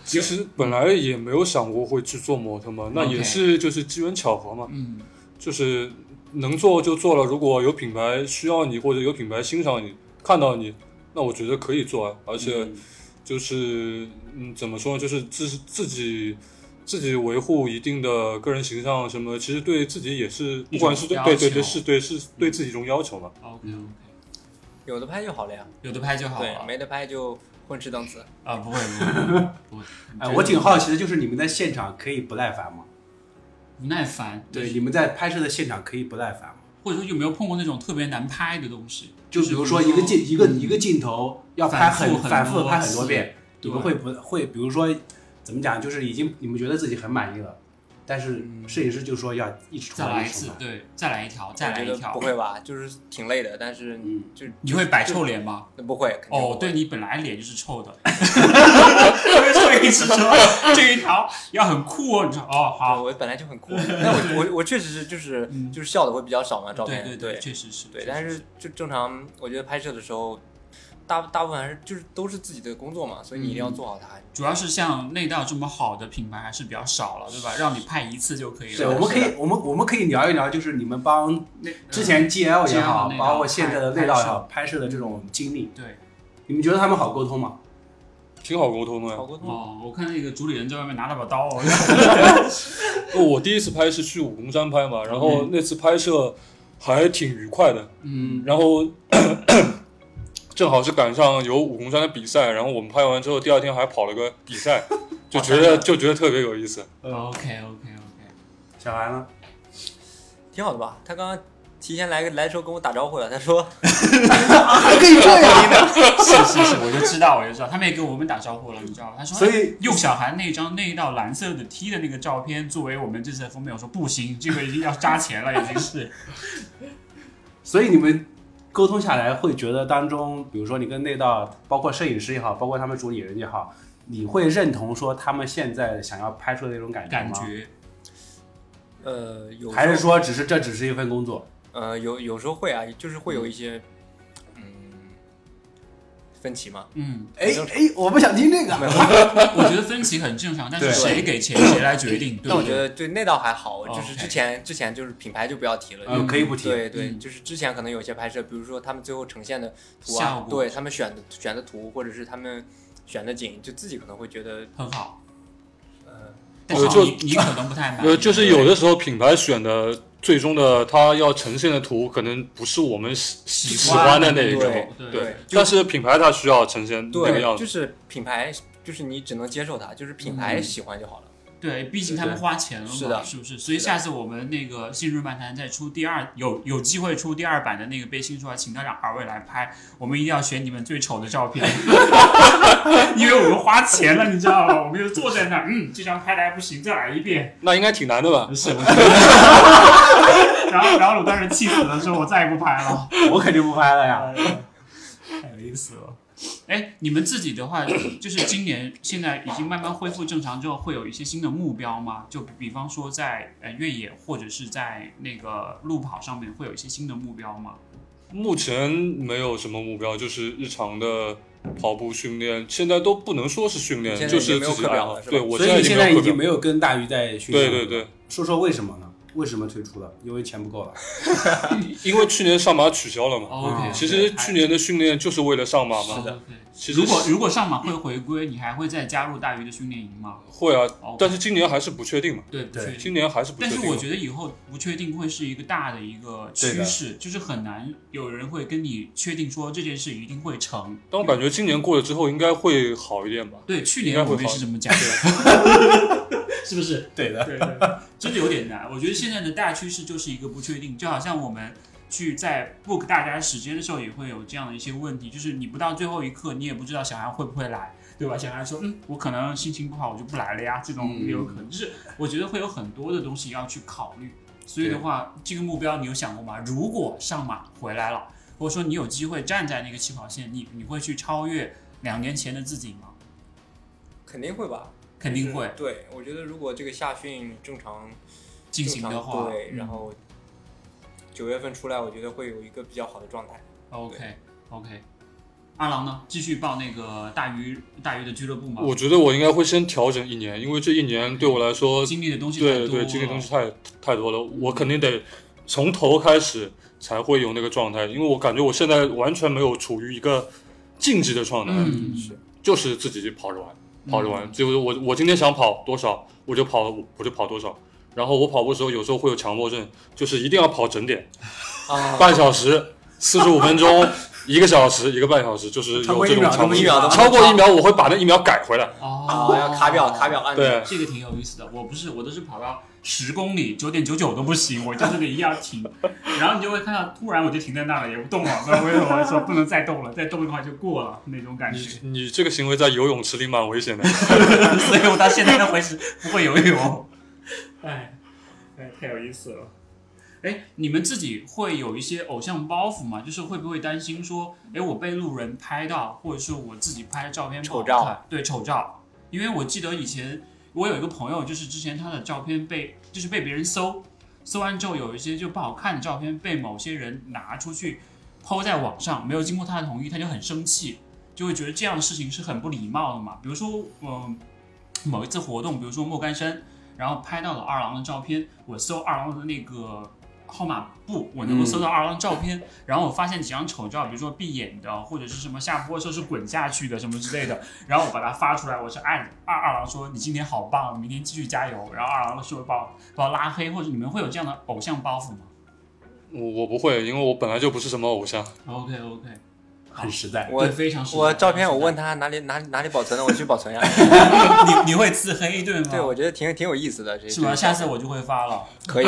S3: 其实本来也没有想过会去做模特嘛，那
S1: OK
S3: 也是就是机缘巧合嘛。
S1: 嗯，
S3: 就是能做就做了。如果有品牌需要你，或者有品牌欣赏你、看到你，那我觉得可以做啊。而且
S1: 嗯
S3: 就是嗯，怎么说呢，就是自自己自己维护一定的个人形象什么，其实对自己也是，
S1: 一种
S3: 不管是对
S1: 要
S3: 对
S1: 求
S3: 对
S1: 嗯
S3: 对是对是对自己一种要求嘛。
S1: OK OK，
S4: 有的拍就好了呀，
S1: 嗯有的拍就好了。
S4: 对，没得拍就混吃等死。
S1: 啊，不会不会不 会，
S2: 哎、我挺好奇的，就是你们在现场可以不耐烦吗？
S1: 不耐烦，
S2: 对，你们在拍摄的现场可以不耐烦吗？
S1: 或者说有没有碰过那种特别难拍的东西？
S2: 就比如说一个镜一个一个镜头要拍
S1: 反复
S2: 很
S1: 很
S2: 嗯反复
S1: 多
S2: 拍很多
S1: 次
S2: 遍，你们
S1: 对
S2: 会不会比如说怎么讲，就是已经你们觉得自己很满意了，但是摄影师就说要一直重
S1: 再来
S2: 嗯来
S1: 一
S2: 直
S1: 次
S2: 重，来
S1: 对，再来一条，
S4: 我
S1: 再来
S4: 觉
S1: 一
S4: 得
S1: 条
S4: 不。会吧？就是挺累的，但是
S2: 嗯
S4: 就
S1: 你会摆臭脸吗？
S4: 不会。肯定不
S1: 哦
S4: 会，
S1: 对，你本来脸就是臭的， 所以一 直说这一条要很酷哦，你说哦
S4: 对
S1: 好，
S4: 我本来就 很酷，但我我我确实是就是
S1: 嗯
S4: 就是笑的会比较少嘛，照
S1: 对
S4: 片
S1: 对
S4: 对
S1: 确实是，
S4: 对，
S1: 确实
S4: 但是就正常，我觉得拍摄的时候，大大部分还是就是都是自己的工作嘛，所以你一
S1: 嗯
S4: 定要做好它。
S1: 主要是像内道这么好的品牌还是比较少了，对吧？让你派一次就可以了。
S2: 对，我们可以，我们我们可以聊一聊，就是你们帮
S1: 那呃
S2: 之前 GL 也好，
S1: GL
S2: 包括现在的内道也好，
S1: 内
S2: 拍摄的这种经历，
S1: 对
S2: 你们觉得他们好沟通吗？
S3: 挺好沟通的呀
S4: 好。沟通，
S1: 哦，我看那个主理人在外面拿了把刀，哦 我就
S3: 我第一次拍是去武功山拍嘛，然后那次拍摄还挺愉快的，
S1: 嗯
S3: 然后 正好是赶上有武功山的比赛，然后我们拍完之后第二天还跑了个比 赛，就觉得就觉得特别有意思。
S1: ，OK OK OK，
S2: 小韩呢？
S4: 挺好的吧？他刚刚提前来来的时候跟我打招呼了，他说
S2: 还可以这样，
S1: 是是是，我就知道我就知道，他们也跟我们打招呼了，你知道吗？他说，
S2: 所以
S1: 用小韩那张那一道蓝色的 T 的那个照片作为我们这次的封面，我说不 行，这个已经要扎钱了，已经是。
S2: 所以你们沟通下来会觉得当中，比如说你跟内道，包括摄影师也好，包括他们主理人也好，你会认同说他们现在想要拍出的那种感觉
S1: 感
S2: 吗？
S1: 觉
S4: 呃有时候
S2: 还是说只是这只是一份工作？
S4: 呃有有时候会啊，就是会有一些嗯分歧嘛。
S1: 嗯，
S2: 哎哎，我不想听这
S4: 没
S2: 个。
S4: 有
S1: 我觉得分歧很正常，但是
S2: 对
S1: 谁给钱谁来决定，对
S4: 但
S1: 不
S4: 我觉
S1: 对？
S4: 得对那倒还好，
S1: 哦
S4: 就是
S1: OK
S4: 之
S1: 呃
S4: 前之前就是品牌就不要提了，
S2: 嗯，可以不提。
S4: 对对，
S1: 嗯
S4: 就是之前可能有些拍摄，比如说他们最后呈现的图
S1: 效
S4: 啊，
S1: 果
S4: 对他们选的选的图，或者是他们选的景，就自己可能会觉得，
S1: 很好，
S4: 呃，
S1: 但是
S3: 呃就
S1: 你你可能不太满意，
S3: 呃，就是有的时候品牌选的最终的它要呈现的图，可能不是我们喜
S1: 喜
S3: 喜
S1: 欢
S3: 欢的那一种
S1: 对
S4: 对，
S3: 对，
S4: 就
S3: 但是品牌它需要呈现那个
S4: 对，
S3: 样
S4: 就
S3: 子。
S4: 是品牌，就是你只能接受它，就是品
S1: 嗯
S4: 牌喜欢就好了。
S1: 对，毕竟他们花钱了嘛，
S4: 是的
S1: 是不是？所以
S4: 是的
S1: 下次我们那个《信日漫谈》再出第二，有有机会出第二版的那个《悲心说》，请到两二位来拍，我们一定要选你们最丑的照片， 因为我们花钱了，你知道吗？我们就坐在那儿，嗯，这张拍的还不行，再来一遍。
S3: 那应该挺难的吧？
S1: 是，我 然后然后鲁当时气死了，说我再也不拍了。
S2: 我肯定不拍了呀。
S1: 太有意思了。哎，你们自己的话， 就是今年现在已经慢慢恢复正常之后，会有一些新的目标吗？就比比方说在呃越野或者是在那个路跑上面，会有一些新的目标吗？
S3: 目前没有什么目标，就是日常的跑步训练，现在都不能说是训
S4: 你现
S3: 练，就
S4: 在也
S3: 是
S4: 没有
S3: 自己
S4: 课
S3: 爱
S4: 表
S3: 好。
S4: 了是吧
S3: 对，我
S2: 所以你
S3: 现
S2: 现
S3: 在
S2: 在
S3: 已
S2: 已
S3: 经
S2: 经
S3: 没
S2: 没
S3: 有课
S2: 有跟大鱼在训
S3: 表。对
S2: 练。
S3: 对对，，
S2: 说说为什么呢？为什么退出的？因为钱不够了。
S3: 因为去年上马取消了嘛。
S1: 哦 OK，
S3: 嗯其实去年的训练就是为了上马嘛。
S1: 的。
S3: 其实
S1: 如果如果上马会回归，你还会再加入大鱼的训练营吗？
S3: 会啊，
S1: 哦，
S3: 但是今年还是不确定嘛。
S1: 对
S2: 对
S1: 确定
S3: 今年还是不确
S1: 但
S3: 定嘛。
S1: 是我觉得以后不确定会是一个大的一个
S2: 对
S1: 趋
S2: 的
S1: 势，就是很难有人会跟你确定说这件事一定会成。
S3: 但我感觉今年过了之后应该会好一点吧。
S1: 对，去
S3: 应
S1: 年
S3: 该会
S1: 我们也
S3: 好
S1: 是这么讲的， 是不是？
S2: 对的，
S1: 对对，对真的有点难。我觉得现在的大趋势就是一个不确定，就好像我们去在 book 大家时间的时候，也会有这样的一些问题，就是你不到最后一刻，你也不知道小韩会不会来，对吧？小韩说，嗯，我可能心情不好，我就不来了呀，这种也有可能。就是我觉得会有很多的东西要去考虑。所以的话，这个目标你有想过吗？如果上马回来了，或者说你有机会站在那个起跑线，你你会去超越两年前的自己吗？
S4: 肯定会吧，
S1: 肯定会
S4: 就是对，我觉得如果这个夏训正常
S1: 进行的
S4: 正
S1: 话，
S4: 常对，
S1: 嗯
S4: 然后九月份出来，我觉得会有一个比较好的状态。
S1: OK OK，二郎呢？继续报那个大鱼大鱼的俱乐部吗？
S3: 我觉得我应该会先调整一年，因为这一年对我来说，
S1: 经历的东西太
S3: 对
S1: 多
S3: 对，
S1: 了
S3: 经历东西太太多了，我肯定得从头开始才会有那个状态，因为我感觉我现在完全没有处于一个静止的状态，
S1: 嗯
S4: 是
S3: 就是自己跑着玩，
S1: 嗯
S3: 跑着玩，就是我我今天想跑多少，我就跑我就跑多少。然后我跑步的时候，有时候会有强迫症，就是一定要跑整点，
S4: 啊，
S3: 半小时、四十五分钟、一个小时、一个半小时，就是
S2: 超
S3: 有
S2: 过
S3: 这
S2: 一
S3: 种
S2: 秒
S3: 强迫
S2: 一
S3: 症。
S2: 秒的，
S3: 超过一秒，我会把那一秒改回来。
S1: 哦
S4: 啊，，要卡表卡表按住。
S3: 对
S1: 这个挺有意思的。我不是，我都是跑到十公里，九点九九都不行，我就这个一定要 停。然后你就会看到，突然我就停在那了，也不动了。所以我就我就说不能再动了，再动的话就过了那种感觉。
S3: 你这个行为在游泳池里蛮危险的。
S1: 所以我到现在都还是不会游泳。 哎，哎，太有意思了。哎，你们自己会有一些偶像包袱吗？就是会不会担心说，哎，我被路人拍到，或者是我自己拍的照片不好看
S4: 丑照？
S1: 对，丑照。因为我记得以前我有一个朋友，就是之前他的照片被就是被别人搜，搜完之后有一些就不好看的照片被某些人拿出去抛在网上，没有经过他的同意，他就很生气，就会觉得这样的事情是很不礼貌的嘛。比如说，嗯、某一次活动，比如说莫干山，然后拍到了二郎的照片，我搜二郎的那个号码簿，我能够搜到二郎的照片，然后我发现几张丑照，比如说闭眼的或者是什么下坡的时候是滚下去的什么之类的，然后我把它发出来，我是按二二郎说你今天好棒，明天继续加油，然后二郎说把我把我拉黑，或者你们会有这样的偶像包袱吗
S3: 我我不会，因为我本来就不是什么偶像。
S1: ？OK OK，
S2: 很实在。
S4: 我
S1: 非常实在
S4: 我照片我 问他哪里哪里哪里保存的，我去保存呀。
S1: 你你会自黑对吗？
S4: 对，我觉得挺挺有意思的，这
S1: 是吗？
S4: 这
S1: 下次我就会发了。
S4: 可以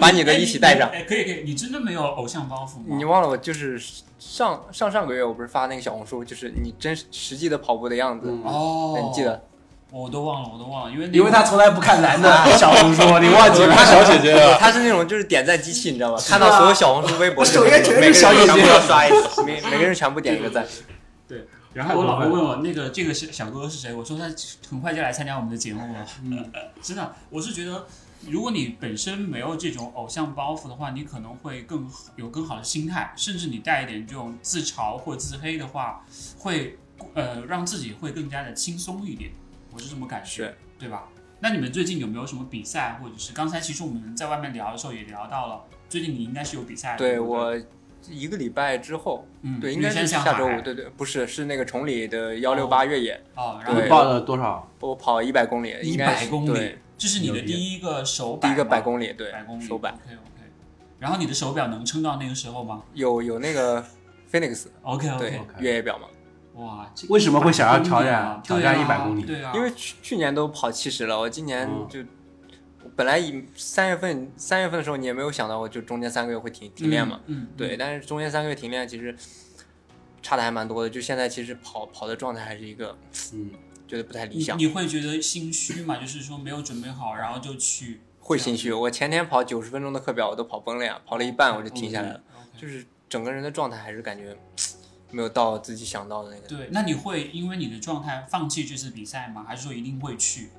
S4: 把你的一起带上。
S1: 哎，可以可以，你真的没有偶像包袱吗？
S4: 你忘了我就是上上上个月我不是发那个小红书，就是你真实实际的跑步的样子，哎
S2: 嗯
S1: 哦，
S4: 你记？得？
S1: 我都忘了，我都忘了，因为
S2: 因为他从来不看男的啊小红书，你忘记
S3: 我
S2: 了？
S3: 看小姐姐啊，
S4: 他是那种就是点赞机器，你知道吧？
S2: 啊
S4: 看到所有小红书、微博，
S2: 我首页全是
S4: 每个人
S2: 小姐姐
S4: 全部要刷一次，每每个人全部点一个赞。
S1: 然后我老婆问我那个这个小小哥哥是谁，我说他很快就来参加我们的节目了。呃
S2: 嗯，
S1: 真的，我是觉得，如果你本身没有这种偶像包袱的话，你可能会更有更好的心态，甚至你带一点这种自嘲或自黑的话，会呃让自己会更加的轻松一点。我是这么感觉
S4: 是，
S1: 对吧？那你们最近有没有什么比赛，或者是刚才其实我们在外面聊的时候也聊到了，最近你应该是有比赛的，
S4: 对
S1: 不
S4: 我一个礼拜之后，
S1: 嗯，
S4: 对，应该是
S1: 女生
S4: 下周
S1: 上海
S4: 五，对对，不是是那个崇礼的幺六八越野，
S1: 哦，然后
S2: 你
S4: 对
S2: 报了多少？
S4: 我跑一百公里，
S1: 一
S4: 应该
S1: 百
S4: 是
S1: 公里
S4: 对，
S1: 这是你的第一个手
S4: 第
S1: 摆吗，
S4: 一个百公里，对
S1: 百公里
S4: 手摆
S1: OK OK。然后你的手表能撑到那个时候吗
S4: 有有那个 Phoenix
S1: ？OK
S4: 对
S1: 哦 OK，
S2: OK
S4: 越野表嘛，
S1: 哇，这
S2: 为什么会想要挑
S1: 100公
S2: 战
S1: 里啊
S2: 挑战100公里
S1: 对啊，哦
S4: 因为去去年都跑七十了，我今年
S2: 嗯
S4: 就、本来以三月份三月份的时候，你也没有想到我就中间三个月会停停练嘛，
S1: 嗯，嗯，
S4: 对，但是中间三个月停练其实差的还蛮多的，就现在其实跑跑的状态还是一个
S2: 嗯，
S4: 觉得不太理
S1: 你
S4: 想，
S1: 你会觉得心虚吗？就是说没有准备好，然后就去
S4: 会心虚。我前天跑九十分钟的课表我都跑崩了呀，跑了一半我就停下
S1: 嗯
S4: 来了，
S1: OK
S4: 就是整个人的状态还是感觉没有到自己想到的那个，
S1: 对，那你会因为你的状态放弃这次比赛吗？还是说一定会去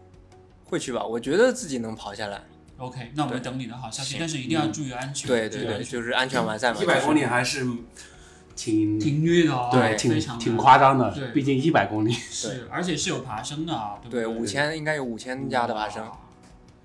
S4: 会去吧，我觉得自己能跑下来，
S1: ？OK，那我们
S4: 对
S1: 等你的好消息，
S4: 行
S1: 但是一定要注意安全。
S4: 对
S1: 注
S4: 对
S1: 意安
S4: 对，
S1: 全
S4: 就是安全完赛嘛，
S2: 一百
S4: 就是
S2: 公里还是挺
S1: 挺虐的哦，
S2: 对，
S1: 非
S2: 挺
S1: 常
S2: 挺
S1: 难
S2: 夸张
S1: 对
S2: 的，毕竟一百公里。
S1: 是，而且是有爬升的啊，对不
S4: 对
S1: 对？
S4: 五千应该有五千加的爬升。。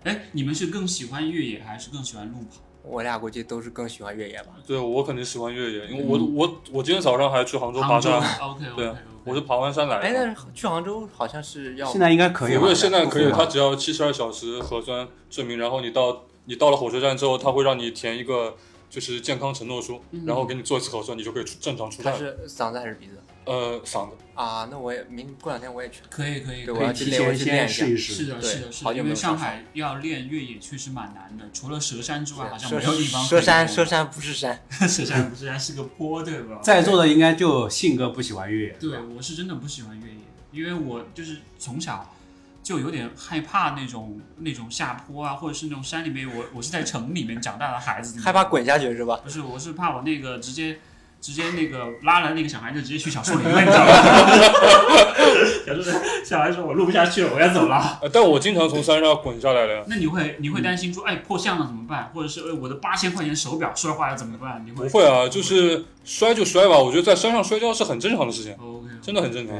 S1: 哎，你们是更喜欢越野还是更喜欢路跑？
S4: 我俩估计都是更喜欢越野
S1: 嗯
S4: 吧。
S3: 对我肯定喜欢越野，因为我、我我今天早上还去杭州爬
S1: 杭州
S3: 山，
S1: OK OK
S3: 对
S1: OK，
S3: 我是爬完山来
S4: 哎，
S3: 的。
S4: 但是去杭州好像是要
S2: 现在应该可以
S3: 不
S2: 吧？
S3: 是现在可以，
S2: 不啊吧
S3: 它只要七十二小时核酸证明，然后你到你到了火车站之后，它会让你填一个就是健康承诺书，然后给你做一次核酸，你就可以出正常出
S4: 他
S3: 站。
S4: 是嗓子还是鼻子
S3: 呃，嗓子，
S4: 啊？那我也明过两天我也去。
S1: 可以可以
S4: 对
S1: 可
S4: 我
S1: 以
S4: 要
S2: 可以
S4: 去
S2: 提
S4: 练我
S2: 前
S4: 去
S2: 先
S4: 练一下
S2: 试一
S1: 是
S2: 试。
S1: 的，
S4: 对
S1: 是的，是
S4: 好
S1: 的，
S4: 久
S1: 因
S4: 没
S1: 为
S4: 有
S1: 上
S4: 上
S1: 海要练越野确实蛮难的，除了佘山之外，好像
S4: 佘
S1: 没有地方可以
S4: 佘山，
S1: 练
S4: 佘山不是山，
S1: 佘山不是山是个坡，对吧？
S2: 在座的应该就信哥不喜欢越野，
S1: 对，我是真的不喜欢越野，因为我就是从小就有点害怕那种那种下坡啊，或者是那种山里面。我我是在城里面长大的孩子，你知道
S4: 害
S1: 吗
S4: 怕滚下去是吧？
S1: 不是，我是怕我那个直接直接那个拉了那个小孩就直接去小树林了，你知道吗？ 小树林小孩说：“我录不下去了，我要走了。
S3: 呃，但我经常从山上滚下来的呀”。
S1: 那你会你会担心说：“哎，破相了怎么办？”或者是“哎，我的八千块钱手表摔坏了怎么办？”你会
S3: 不会啊，就是摔就摔吧，我觉得在山上摔跤是很正常的事情，
S1: OK，
S3: 真的很正常。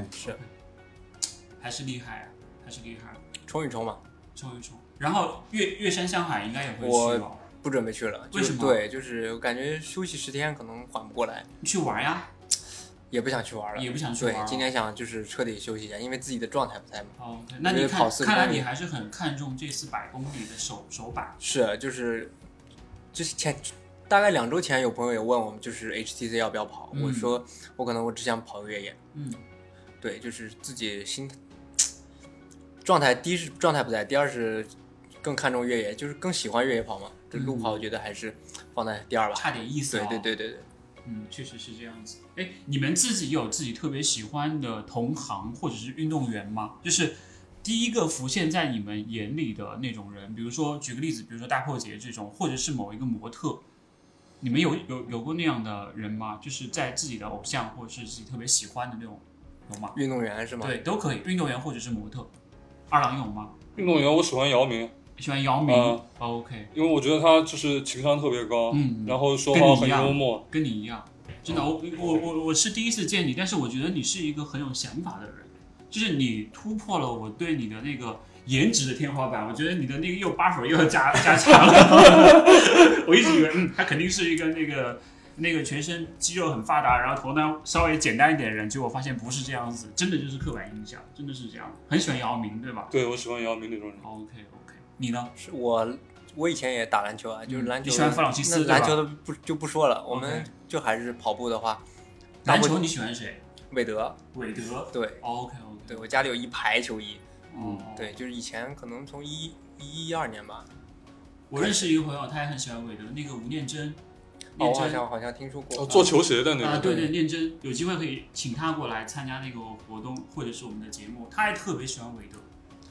S1: 还是厉害啊，还是厉害，
S4: 冲一冲嘛，
S1: 冲一冲。然后越越山向海应该也会
S4: 我
S1: 去哦，
S4: 不准备去了。就
S1: 为什么
S4: 对，就是感觉休息十天可能缓不过来，
S1: 去玩呀，
S4: 也不想去玩了。
S1: 也不想去玩
S4: 对
S1: 了。，
S4: 今天想就是彻底休息一下，因为自己的状态不在嘛。
S1: 哦，OK，那你看
S4: 跑，四
S1: 看来
S4: 公里
S1: 你还是很看重这次百公里的手手把。
S4: 是，就是之前大概两周前有朋友也问我们，就是 HTC 要不要跑？
S1: 嗯
S4: 我说我可能我只想跑越野。
S1: 嗯，
S4: 对，就是自己心状态，第一是状态不在，第二是更看重越野，就是更喜欢越野跑嘛。这路跑我觉得还是放在第二吧。
S1: 嗯差点意思、哦。
S4: 对对对对对，
S1: 嗯，确实是这样子。哎，你们自己有自己特别喜欢的同行或者是运动员吗？就是第一个浮现在你们眼里的那种人，比如说举个例子，比如说大破节这种，或者是某一个模特，你们有有有过那样的人吗？就是在自己的偶像或者是自己特别喜欢的那种，有吗？
S4: 运动员是吗？
S1: 对，都可以，运动员或者是模特。二郎有吗？
S3: 运动员，我喜欢姚明，
S1: 喜欢姚明、
S3: 呃
S1: 哦，OK，
S3: 因为我觉得他就是情商特别高，
S1: 嗯
S3: 然后说
S1: 跟你
S3: 话
S1: 一
S3: 很
S1: 样
S3: 幽默，
S1: 跟你一样，真的，我我我我是第一次见你，但是我觉得你是一个很有想法的人，就是你突破了我对你的那个颜值的天花板，我觉得你的那个右把手又要加加强了， 我一直以为嗯，他肯定是一个那个。那个全身肌肉很发达，然后头脑稍微简单一点的人，结果发现不是这样子，真的就是刻板印象，真的是这样。很喜欢姚明，对吧
S3: 对我喜欢姚明那种人。
S1: ？OK OK，你呢？
S4: 是我我以前也打篮球啊，就是
S1: 嗯
S4: 篮球。
S1: 你喜欢弗朗西斯
S4: 那
S1: 对吧
S4: 篮球的不就不说了，我们
S1: OK
S4: 就还是跑步的话，大
S1: 篮
S4: 部
S1: 球你喜欢谁？
S4: 韦德，
S1: 韦德。哦
S4: 对
S1: OK OK，
S4: 对，我家里有一排球衣，
S1: 嗯，
S4: 对，就是以前可能从一一一二年吧，
S1: 我认识一个朋友，他也很喜欢韦德，那个吴念真，念
S4: 哦，我好
S1: 真啊、
S4: 像好像听说
S3: 哦，
S4: 过，
S3: 做球鞋的那种，
S1: 对对，念真，有机会可以请他过来参加那个活动或者是我们的节目，他也特别喜欢韦德，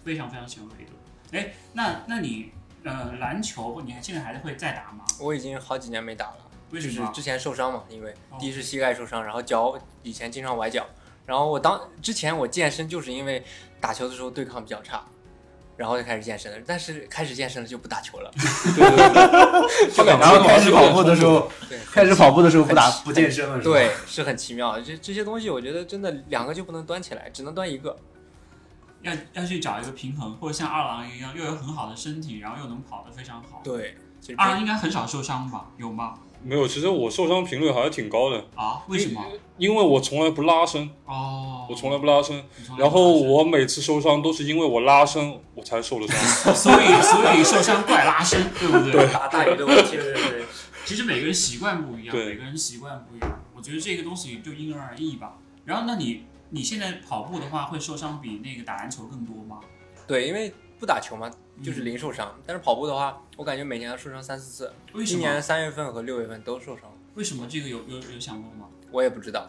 S1: 非常非常喜欢韦德。哎，那那你呃篮球，你还现在还会再打吗？
S4: 我已经好几年没打了。
S1: 为
S4: 就
S1: 什
S4: 是
S1: 么？啊
S4: 之前受伤嘛，因为
S1: 哦
S4: 第一是膝盖受伤，然后脚以前经常崴脚，然后我当之前我健身就是因为打球的时候对抗比较差，然后就开始健身了，但是开始健身了就不打球 了，
S3: 对对对， 这两个
S2: 然后开始跑步的时
S3: 有点冲突，
S2: 候，
S4: 对，
S2: 开始跑步的时候不打
S4: 很
S2: 不健身了，是吧？
S4: 对，是很奇妙的，这这些东西我觉得真的两个就不能端起来，只能端一个，
S1: 要要去找一个平衡，或者像二郎一样，又有很好的身体，然后又能跑得非常好。，
S4: 对，就是
S1: 二郎应该很少受伤吧？有吗？
S3: 没有，其实我受伤频率还是挺高的，
S1: 啊？为什么？
S3: 因为我从来不拉伸，
S1: 哦，
S3: 我从来不拉伸，
S1: 你从来不
S3: 然后
S1: 拉伸
S3: 我每次受伤都是因为我拉伸我才受 的伤。
S1: 所以所以受伤怪拉 伸，对不对？对
S4: 打大鱼的问题，
S1: 对对对。其实每个人习惯不一样，
S3: 对
S1: 每个人习惯不一样。我觉得这个东西就因人而异吧。然后，那你你现在跑步的话，会受伤比那个打篮球更多吗？
S4: 对，因为不打球嘛，就是
S1: 嗯
S4: 零受伤，但是跑步的话，我感觉每年要受伤三四次，
S1: 为什
S4: 今年
S1: 么？
S4: 三月份和六月份都受伤了，
S1: 为什么这个有有有想过吗？
S4: 我也不 知道，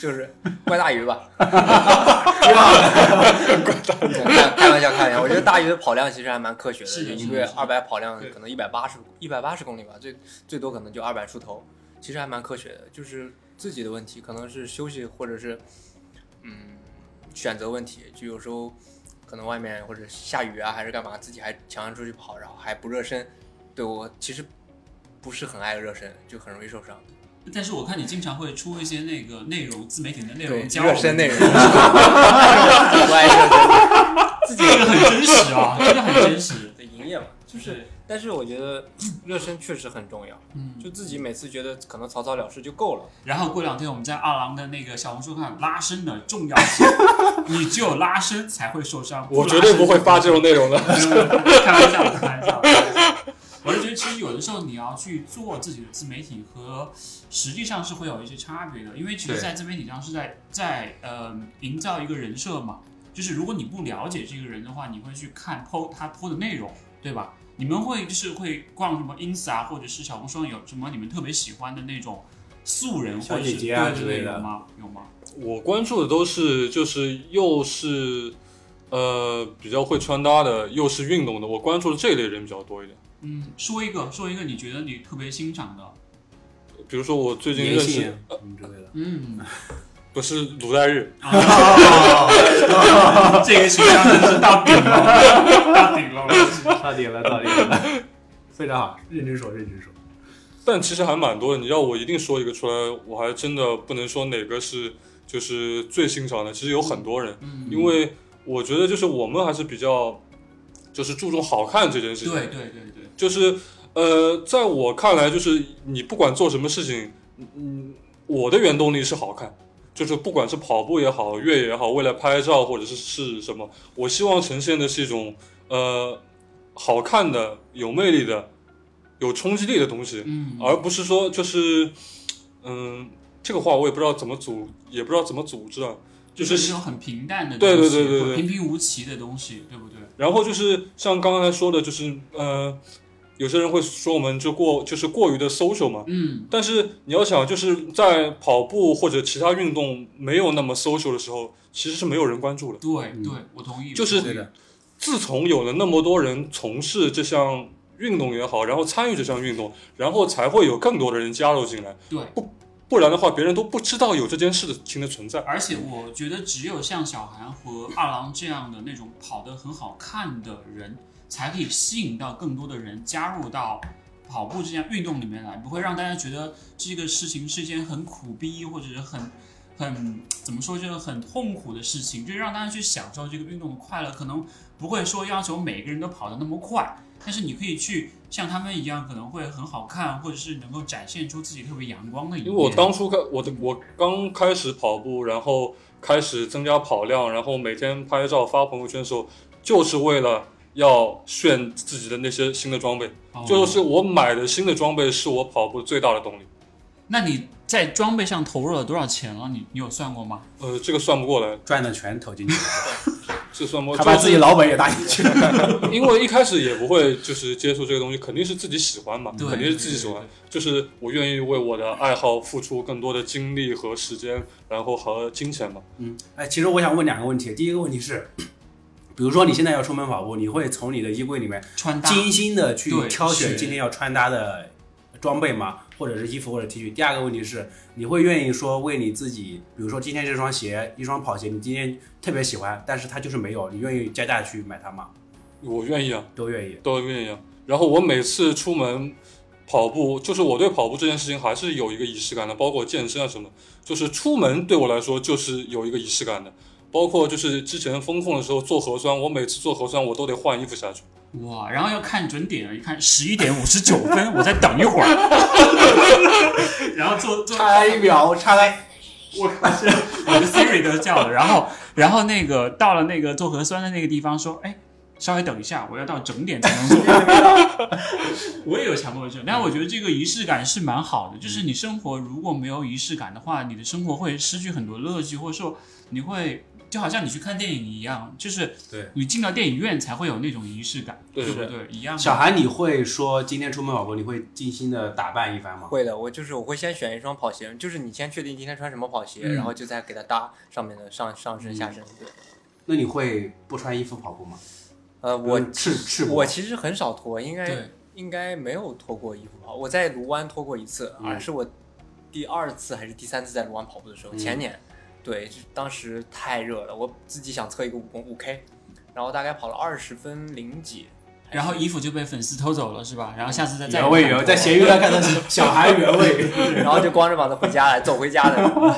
S4: 就是怪大鱼吧。 怪大鱼，开玩笑，开玩笑。我觉得大鱼的跑量其实还蛮科学
S1: 是的
S4: 的，一
S1: 是
S4: 个
S1: 的
S4: 月
S1: 是的
S4: 二百跑量
S1: 对，
S4: 可能一百八十一百八十公里吧，最最多可能就二百出头，其实还蛮科学的。就是自己的问题，可能是休息或者是嗯选择问题，就有时候可能外面或者下雨啊还是干嘛，自己还强行出去跑，然后还不热身，对我其实不是很爱热身，就很容易受伤。
S1: 但是我看你经常会出一些那个内容，自媒体的内
S4: 对，
S1: 容教
S4: 热身内容，
S1: 这
S4: 不爱热身，自己
S1: 个很真实啊，真的很真实。
S4: 的营业嘛，就
S1: 对
S4: 是，但是我觉 得热身确实很重要，
S1: 嗯，
S4: 就自己每次觉得可能草草了事就够了，
S1: 然后过两天我们在二郎的那个小红书看拉伸的重要 性，你只有拉伸才会受伤。
S3: 我
S1: 拉
S3: 绝对
S1: 伸
S3: 不会
S1: 就
S3: 发这种内容的。
S1: 开玩笑，开玩笑。我是觉得，其实有的时候你要去做自己的自媒体，和实际上是会有一些差别的，因为其实，
S3: 对
S1: 在自媒体上是在在呃营造一个人设嘛，就是如果你不了解这个人的话，你会去看 PO 他 PO 的内容，对吧？你们会就是会逛什么 ins 啊，或者是小红书上有什么你们特别喜欢的那种素人或
S2: 小
S1: 者是
S2: 姐姐啊
S1: 对
S2: 之
S1: 对
S2: 类
S1: 对
S2: 的
S1: 有吗？有吗？
S3: 我关注的都是就是又是呃比较会穿搭的，又是运动的，我关注的这类人比较多一点。
S1: 嗯，说一个，说一个你觉得你特别欣赏的，
S3: 比如说我最近
S2: 粘
S3: 认识
S2: 性什么之类的。
S1: 嗯，
S3: 不是鲁代日，
S1: 这个形象真是到顶了，到顶了。
S2: 到底了，到底了， 非常好，认真说，认真说。
S3: 但其实还蛮多的。你要我一定说一个出来，我还真的不能说哪个是就是最欣赏的。其实有很多人，
S1: 嗯，
S3: 因为我觉得就是我们还是比较就是注重好看这件事情。
S1: 对对对对，
S3: 就是呃，在我看来，就是你不管做什么事情，嗯，我的原动力是好看，就是不管是跑步也好，越野也好，为了拍照或者是是什么，我希望呈现的是一种呃好看的、有魅力的、有冲击力的东西，
S1: 嗯，
S3: 而不是说就是嗯，这个话我也不知道怎么组，也不知道怎么组织啊，
S1: 就
S3: 就
S1: 是
S3: 是
S1: 这种很平淡的东
S3: 对
S1: 西，
S3: 对对对对
S1: 平平无奇的东西，对不对？
S3: 然后就是像刚才说的，就是呃，有些人会说我们就过就是过于的 social 嘛，
S1: 嗯，
S3: 但是你要想就是在跑步或者其他运动没有那么 social 的时候，其实是没有人关注的。
S1: 对
S2: 嗯
S1: 对，我同意。
S3: 就是
S1: 我同
S2: 对
S1: 意
S2: 的，
S3: 自从有了那么多人从事这项运动也好，然后参与这项运动，然后才会有更多的人加入进来，
S1: 对，
S3: 不然的话别人都不知道有这件事情的存在。
S1: 而且我觉得只有像小韩和二郎这样的那种跑得很好看的人，才可以吸引到更多的人加入到跑步这项运动里面来，不会让大家觉得这个事情是一件很苦逼或者是很很怎么说就是很痛苦的事情，就是让大家去享受这个运动的快乐，可能不会说要求每个人都跑得那么快，但是你可以去像他们一样，可能会很好看，或者是能够展现出自己特别阳光的一面。
S3: 因为我当初开我
S1: 嗯
S3: 的我刚开始跑步，然后开始增加跑量，然后每天拍照发朋友圈的时候，就是为了要炫自己的那些新的装备，
S1: 哦
S3: 就是我买的新的装备是我跑步最大的动力。
S1: 那你在装备上投入了多少钱了？你你有算过吗？
S3: 呃，这个算不过来，
S2: 赚的全投进去，
S3: 这算不过
S2: 还
S3: 来。
S2: 把自己老本也搭进去。
S3: 因为一开始也不会就是接触这个东西，肯定是自己喜欢嘛，
S1: 对
S3: 肯定是自己喜欢。就是我愿意为我的爱好付出更多的精力和时间，然后和金钱嘛。
S2: 嗯，哎，其实我想问两个问题。第一个问题是，比如说你现在要出门跑步，你会从你的衣柜里面
S1: 穿搭
S2: 精心的去
S1: 对
S2: 挑选
S1: 是
S2: 今天要穿搭的装备吗？或者是衣服或者 T 恤？第二个问题是，你会愿意说为你自己，比如说今天这双鞋，一双跑鞋，你今天特别喜欢，但是它就是没有，你愿意加价去买它吗？
S3: 我愿意啊，
S2: 都愿意。
S3: 都愿意啊。然后我每次出门跑步，就是我对跑步这件事情还是有一个仪式感的，包括健身啊什么的，就是出门对我来说就是有一个仪式感的。包括就是之前风控的时候做核酸，我每次做核酸我都得换衣服下去。
S1: 哇，然后要看准点，一看十一点五十九分，我再等一会儿， 然后做做，
S2: 差一秒，差了
S1: 我靠，是我的 Siri 都叫了，然后然后那个到了那个做核酸的那个地方说，哎，稍微等一下，我要到整点才能做。 我也有强迫症，但我觉得这个仪式感是蛮好的。就是你生活如果没有仪式感的话，你的生活会失去很多乐趣，或者说你会就好像你去看电影一样，就是
S2: 对
S1: 你进到电影院才会有那种仪式感，
S3: 对
S1: 不对？一样的。
S2: 小韩，你会说今天出门跑步，你会精心的打扮一番吗？
S4: 会的，我就是我会先选一双跑鞋，就是你先确定今天穿什么跑鞋，
S1: 嗯
S4: 然后就再给它搭上面的上上身、下身。对，
S2: 那你会不穿衣服跑步吗？
S4: 呃，我
S2: 嗯赤赤膊
S4: 我其实很少脱，应该
S1: 对，
S4: 应该没有脱过衣服跑。我在卢湾脱过一次，
S2: 嗯
S4: 而是我第二次还是第三次在卢湾跑步的时候，
S2: 嗯
S4: 前年，对，就当时太热了，我自己想测一个五公五 K，然后大概跑了二十分 零几，还是
S1: 然后衣服就被粉丝偷走了，是吧？然后下次再再
S2: 原味原味，在闲鱼上看到 小韩原味。
S4: 然后就光着膀子回家了，走回家的。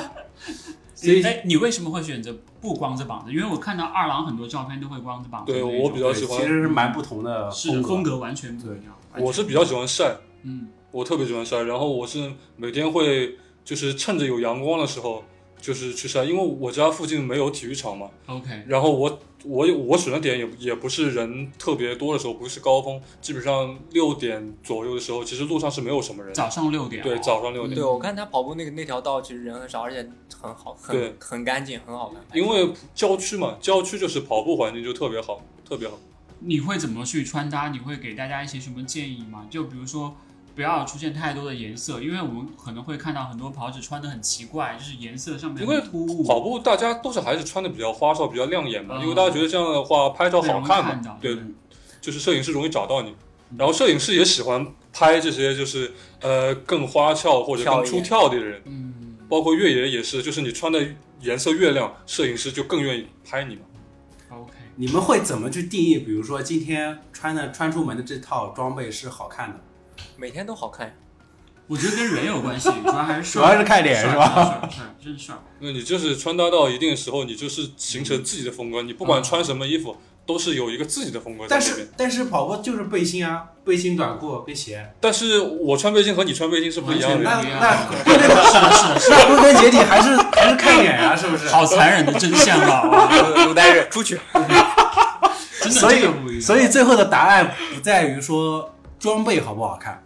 S2: 所以
S1: 哎，你为什么会选择不光着膀子？因为我看到二郎很多照片都会光着膀子那
S3: 对
S1: 种，
S3: 我比较喜欢
S2: 其实是蛮不同的
S1: 是
S2: 风
S1: 风
S2: 格。
S1: 格完全不一样。
S3: 我是比较喜欢晒，
S1: 嗯，
S3: 我特别喜欢晒，然后我是每天会就是趁着有阳光的时候，就是去晒，因为我家附近没有体育场嘛。
S1: OK，
S3: 然后我我我选的点也也不是人特别多的时候，不是高峰，基本上六点左右的时候，其实路上是没有什么人。
S1: 早上六点，
S3: 对，早上六点，
S4: 对，我看他跑步那个那条道，其实人很少，而且很好，
S3: 对
S4: 很很干净，很好看。
S3: 因为郊区嘛，郊区就是跑步环境就特别好，特别好。
S1: 你会怎么去穿搭？你会给大家一些什么建议吗？就比如说，不要出现太多的颜色，因为我们可能会看到很多跑者穿的很奇怪，就是颜色上面
S3: 因为
S1: 很突兀。
S3: 跑步大家都是还是穿的比较花哨，比较亮眼嘛，
S1: 嗯
S3: 因为大家觉得这样的话拍照好看
S1: 容易看到
S3: 嘛，对
S1: 对，
S3: 就是摄影师容易找到你，然后摄影师也喜欢拍这些就是呃更花俏或者更出跳的人，
S1: 嗯，
S3: 包括越野也是，就是你穿的颜色越亮，摄影师就更愿意拍你嘛。
S1: OK，
S2: 你们会怎么去定义？比如说今天穿的穿出门的这套装备是好看的，
S4: 每天都 好看，
S1: 我觉得跟人有关系，主要还是
S2: 主要是看脸
S1: 帅
S2: 是吧
S1: 帅帅帅，真帅。
S3: 那你就是穿搭到一定的时候，你就是形成自己的风格，你不
S1: 嗯
S3: 管穿什么衣服，都是有一个自己的风格在
S2: 但
S3: 里面
S2: 是。但是跑步就是背心啊，背心短裤跟 鞋，
S3: 但是我穿背心和你穿背心是不一样的，
S2: 那
S1: 一样
S2: 那
S1: 是的，是的，是
S2: 那归根结底还是 还是看脸啊，是不是
S1: 的，？ 好残忍的真相啊！
S4: 鲁代日出去。
S1: 真的，
S2: 所
S1: 这个不一
S2: 以
S1: 样
S2: 所以最后的答案不在于说装备好不好看，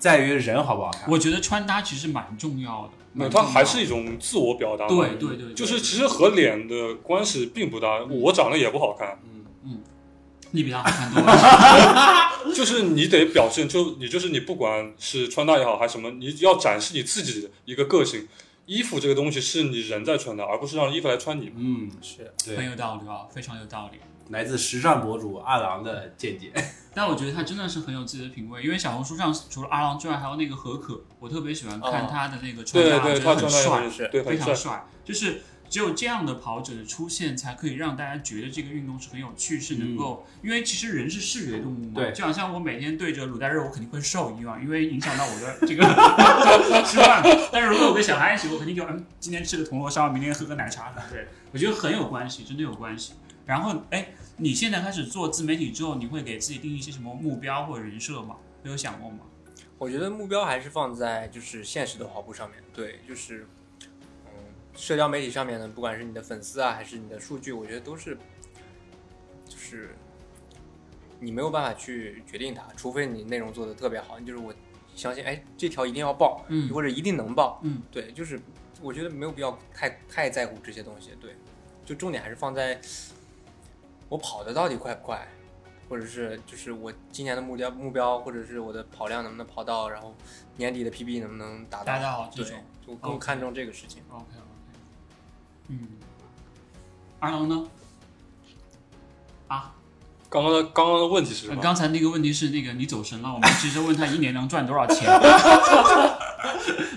S2: 在于人好不好看。
S1: 我觉得穿搭其实蛮重 要的，
S3: 那
S1: 蛮
S3: 它
S1: 重要
S3: 还是一种自我表达嘛。
S1: 对对嗯对，对
S3: 就是其实和脸的关系并不大，我长得也不好看，
S1: 你比他好看多了。
S3: 就是你得表现，就你就是你不管是穿搭也好还是什么，你要展示你自己的一个个性。衣服这个东西是你人在穿的，而不是让衣服来穿你。
S2: 嗯，
S4: 是，
S1: 很
S2: 对，
S1: 有道理啊，非常有道理。
S2: 来自时尚博主二郎的见
S1: 嗯
S2: 解。
S1: 但我觉得他真的是很有自己的品味，因为小红书上除了阿郎之外，还有那个何可，我特别喜欢看
S4: 哦
S1: 他的那个穿
S3: 对
S1: 搭，
S3: 啊对，
S1: 觉得
S3: 他
S1: 很
S3: 穿搭也
S1: 帅，
S3: 很对，
S1: 非
S3: 很
S1: 常
S3: 帅。
S1: 帅。就是只有这样的跑者的出现，才可以让大家觉得这个运动是很有趣，是能够，因为其实人是视觉动物嘛，
S2: 对
S1: 就好像我每天对着卤蛋肉，我肯定会瘦一样，因为影响到我的这个 吃饭。但是如果我跟小孩一起，我肯定就嗯，今天吃个铜锣烧，明天喝个奶茶，对我觉得很有关系，真的有关系。然后，哎，你现在开始做自媒体之后，你会给自己定一些什么目标或者人设吗？都有想过吗？
S4: 我觉得目标还是放在就是现实的跑步上面，对，就是嗯，社交媒体上面呢，不管是你的粉丝啊，还是你的数据，我觉得都是就是你没有办法去决定它，除非你内容做的特别好，就是我相信，哎，这条一定要爆，
S1: 嗯
S4: 或者一定能爆，
S1: 嗯，
S4: 对，就是我觉得没有必要太太在乎这些东西，对，就重点还是放在我跑的到底快不快，或者是就是我今年的目标目标，或者是我的跑量能不能跑到，然后年底的 PB 能不能达到，
S1: 达到这
S4: 对
S1: 种，
S4: 就更看重这个事情。
S1: OK OK，嗯，阿龙呢？啊，呃
S3: 刚刚的刚刚的问题是什么？
S1: 刚才那个问题是那个你走神了，我们其实问他一年能赚多少钱，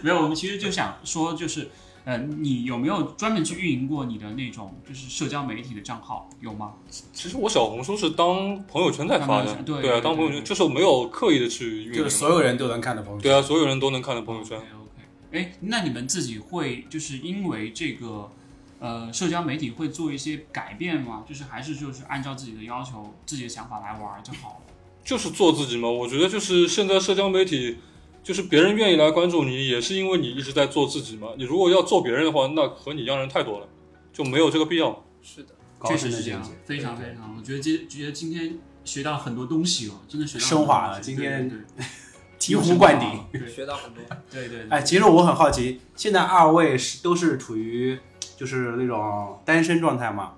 S1: 没有，我们其实就想说就是。呃，你有没有专门去运营过你的那种就是社交媒体的账号？有吗？
S3: 其实我小红书是当朋友圈在发
S1: 当朋
S3: 的
S1: 友圈，对
S3: 啊，
S1: 对
S3: 当朋友
S1: 对
S3: 圈就是我没有刻意的去运
S2: 就
S3: 营
S2: 是，所有人都能看的朋友圈。
S3: 对啊，所有人都能看的朋友圈
S1: OK，。哎，那你们自己会就是因为这个呃社交媒体会做一些改变吗？就是还是就是按照自己的要求、自己的想法来玩儿就好了。
S3: 就是做自己嘛。我觉得就是现在社交媒体，就是别人愿意来关注你，也是因为你一直在做自己嘛。你如果要做别人的话，那和你一样人太多了，就没有这个必要。
S4: 是的，
S2: 高
S1: 确
S2: 深
S1: 实是
S2: 的
S1: 这
S2: 见
S1: 样
S2: 解，，
S1: 非常非
S2: 对
S1: 常。我觉得今觉得今天学到很多东西哦，真的学到很
S2: 升
S1: 多
S2: 华
S1: 东
S2: 了
S1: 西
S2: 今天
S1: 对对对
S2: 醍醐灌顶。
S1: 对
S4: 学到很多。
S1: 对对对，
S2: 哎，其实我很好奇，现在二位是都是处于就是那种单身状态吗？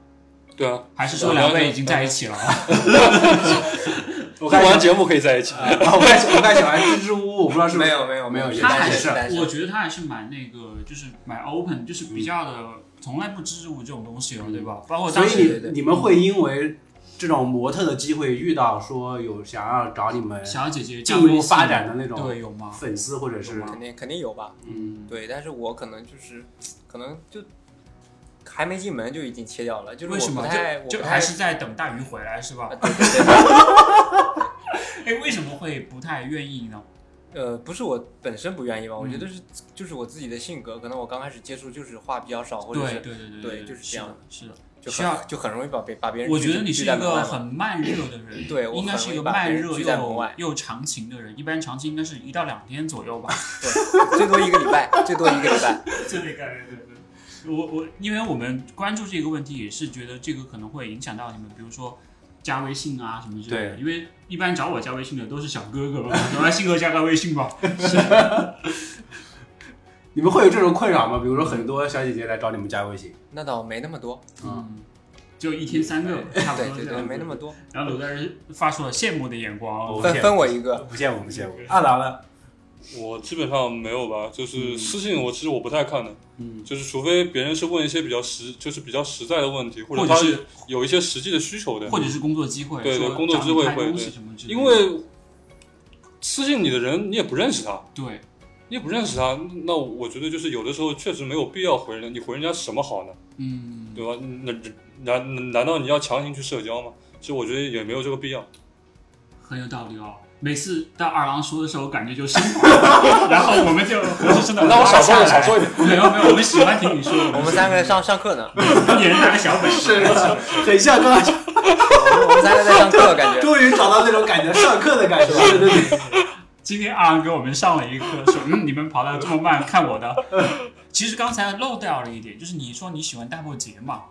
S3: 对啊，
S1: 还是说两位已经在一起 了啊？
S2: 我
S3: 录
S2: 看
S3: 完
S2: 小
S3: 节目可以在一起。
S2: 啊，我看小我看小孩支支吾吾，我不知道是不是
S4: 没有没有
S2: 没有，
S4: 没有
S2: 也
S1: 他
S4: 单
S1: 还
S4: 身
S1: 是
S2: 是
S4: 单，身
S1: 我觉得他还是蛮那个，就是蛮 open，就是比较的，从来不支吾这种东西哦，对吧？包括
S2: 嗯所
S1: 当时
S4: 对
S2: 以
S4: 对
S2: 你你们会因为这种模特的机会遇到说有想要找你们
S1: 小姐姐
S2: 进
S1: 加微
S2: 一步
S1: 信
S2: 发展的那
S1: 对
S2: 种
S1: 有吗？
S2: 粉丝或者是
S4: 肯定肯定有吧，
S2: 嗯，
S4: 对，但是我可能就是可能就还没进门就已经切掉了，就是
S1: 为
S4: 我
S1: 什
S4: 不
S1: 么
S4: 太
S1: 就
S4: 我不
S1: 就
S4: 太
S1: 还是在等大鱼回来是吧
S4: 啊？对对对。
S1: 哎，为什么会不太愿意呢？
S4: 呃，不是我本身不愿意吧，我
S1: 嗯
S4: 觉得是就是我自己的性格，可能我刚开始接触就是话比较少，或者
S1: 对
S4: 是
S1: 对对
S4: 对
S1: 对，
S4: 就是这
S1: 是
S4: 样
S1: 的，是的。
S4: 就
S1: 需要
S4: 很就很容易把别把别人
S1: 我
S4: 拒
S1: 觉得你
S4: 拒
S1: 是一
S4: 在门
S1: 个
S4: 外嘛
S1: 很慢热的人，
S4: 对我
S1: 应该
S4: 很
S1: 是
S4: 容
S1: 一
S4: 易
S1: 个
S4: 把
S1: 慢
S4: 别人
S1: 热
S4: 拒在门
S1: 又
S4: 外
S1: 又长情的人。一般长情应该是一到两天左右吧。
S4: 对，最多一个礼拜，最多一个礼拜。
S1: 这类概念，对对。我我因为我们关注这个问题，也是觉得这个可能会影响到你们，比如说加微信啊什么之类的。因为一般找我加微信的都是小哥哥嘛，小来信哥加个微 信吧。
S2: 你们会有这种困扰吗？比如说很多小姐姐来找你们加微信，
S4: 那倒没那么多，
S1: 嗯，就一天三个，差不
S4: 对
S1: 多
S4: 对
S1: 这
S4: 对，
S1: 样。
S4: 没那么多，
S1: 然后有的人发出了羡慕的眼光。
S2: 哦
S4: 分
S2: 羡慕
S4: 分我一个。
S2: 不羡慕不啊羡慕。二郎呢？
S3: 我基本上没有吧，就是
S2: 嗯
S3: 私信我其实我不太看的，
S2: 嗯，
S3: 就是除非别人是问一些比较实，就是比较实在的问题，或
S1: 或
S3: 者
S1: 者
S3: 他
S1: 是
S3: 有一些实际的需求的。
S1: 或者是工作机会，
S3: 对对
S1: 说
S3: 工作
S1: 找
S3: 机
S1: 你
S3: 会
S1: 拍
S3: 会
S1: 东西
S3: 对
S1: 什么之类的
S3: 因为私信你的人你也不认识他，
S1: 对，
S3: 你也不认识他，那我觉得就是有的时候确实没有必要回人家，你回人家什么好呢？
S1: 嗯，
S3: 对吧？那难难难道你要强行去社交吗？其实我觉得也没有这个必要。
S1: 很有道理哦。每次当二郎说的时候，感觉就升华 了，然后我们就活生生的
S3: 那我少说点，少
S1: 点。
S3: 说一点。
S1: 没有没有，我们喜欢听你说，
S4: 我们三个在上上课呢，
S1: 一人拿个小本子。
S2: 是很像刚刚
S4: 我们三个在 上课，感 觉
S2: 终于找到那种感觉，上课的感觉。对对对，
S1: 今天阿郎给我们上了一课，说嗯，你们跑得这么慢，看我的。其实刚才漏掉了一点，就是你说你喜欢大破节嘛，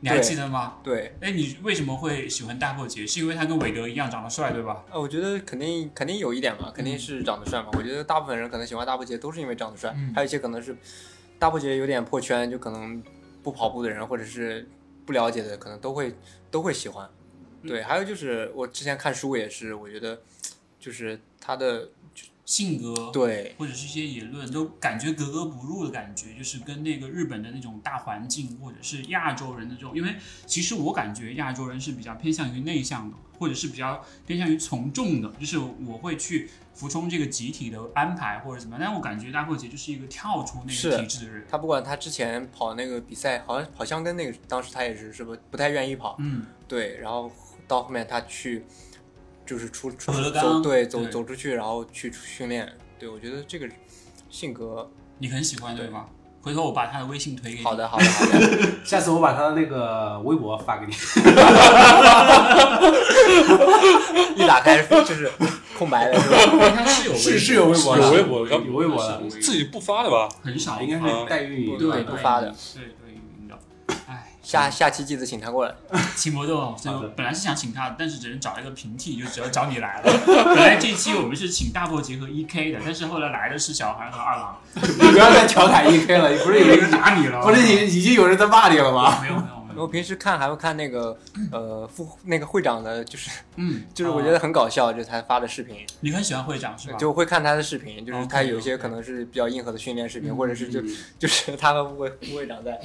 S1: 你还
S4: 对
S1: 记得吗？
S4: 对。
S1: 哎，你为什么会喜欢大破节？是因为他跟韦德一样长得帅，对吧？
S4: 呃，我觉得肯定肯定有一点嘛，肯定是长得帅嘛。我觉得大部分人可能喜欢大波姐都是因为长得帅，
S1: 嗯
S4: 还有一些可能是大波姐有点破圈，就可能不跑步的人或者是不了解的，可能都会都会喜欢。对，还有就是我之前看书也是，我觉得就是他的就
S1: 性格，
S4: 对，
S1: 或者是一些言论，都感觉格格不入的感觉，就是跟那个日本的那种大环境，或者是亚洲人的这种，因为其实我感觉亚洲人是比较偏向于内向的，或者是比较偏向于从众的，就是我会去服从这个集体的安排或者怎么样。但我感觉大阔姐就是一个跳出那
S4: 是
S1: 个体制的人，
S4: 他不管他之前跑那个比赛，好像跑箱根那个，当时他也是是不不太愿意跑，
S1: 嗯，
S4: 对，然后到后面他去就是出出
S1: 俄勒冈
S4: 走对走
S1: 对
S4: 走出去，然后去训练，对我觉得这个性格
S1: 你很喜欢对
S4: 对
S1: 吧？回头我把他的微信推给你。
S4: 好的好的好的，
S2: 下次我把他的那个微博发给你。
S4: 一打开就是空白的是吧？
S1: 因为他是有微
S2: 是是有微博的，
S1: 是
S3: 有微博的
S2: 有微博的
S1: 是有微博，
S3: 自己不发的吧？
S1: 很少，
S2: 应该
S1: 啊
S2: 是代运营
S1: 对
S4: 对不发的，
S1: 对对云的。哎，
S4: 下下期记得请他过
S1: 嗯
S4: 来，
S1: 秦博豆，就
S2: 好的
S1: 本来是想请他，但是只能找一个平替，就只有找你来了。本来这一期我们是请大破杰和 E K 的，但是后来来的是小韩和二郎，
S2: 你不要再调侃 EK 了，不是有人
S1: 打你了
S2: 不是已已经有人在哦骂你了吗？
S1: 没有没有没
S4: 我
S1: 有，
S4: 平时看还会看那个呃副那个会长的，就是
S1: 嗯，
S4: 就是我觉得很搞笑，就是他发的视频，
S1: 你很喜欢会长是吧？
S4: 就会看他的视频，就是他
S1: 啊 OK，
S4: 有些
S1: OK
S4: 可能是比较硬核的训练视频，
S1: 嗯
S4: 或者是就 就是他和魏魏长在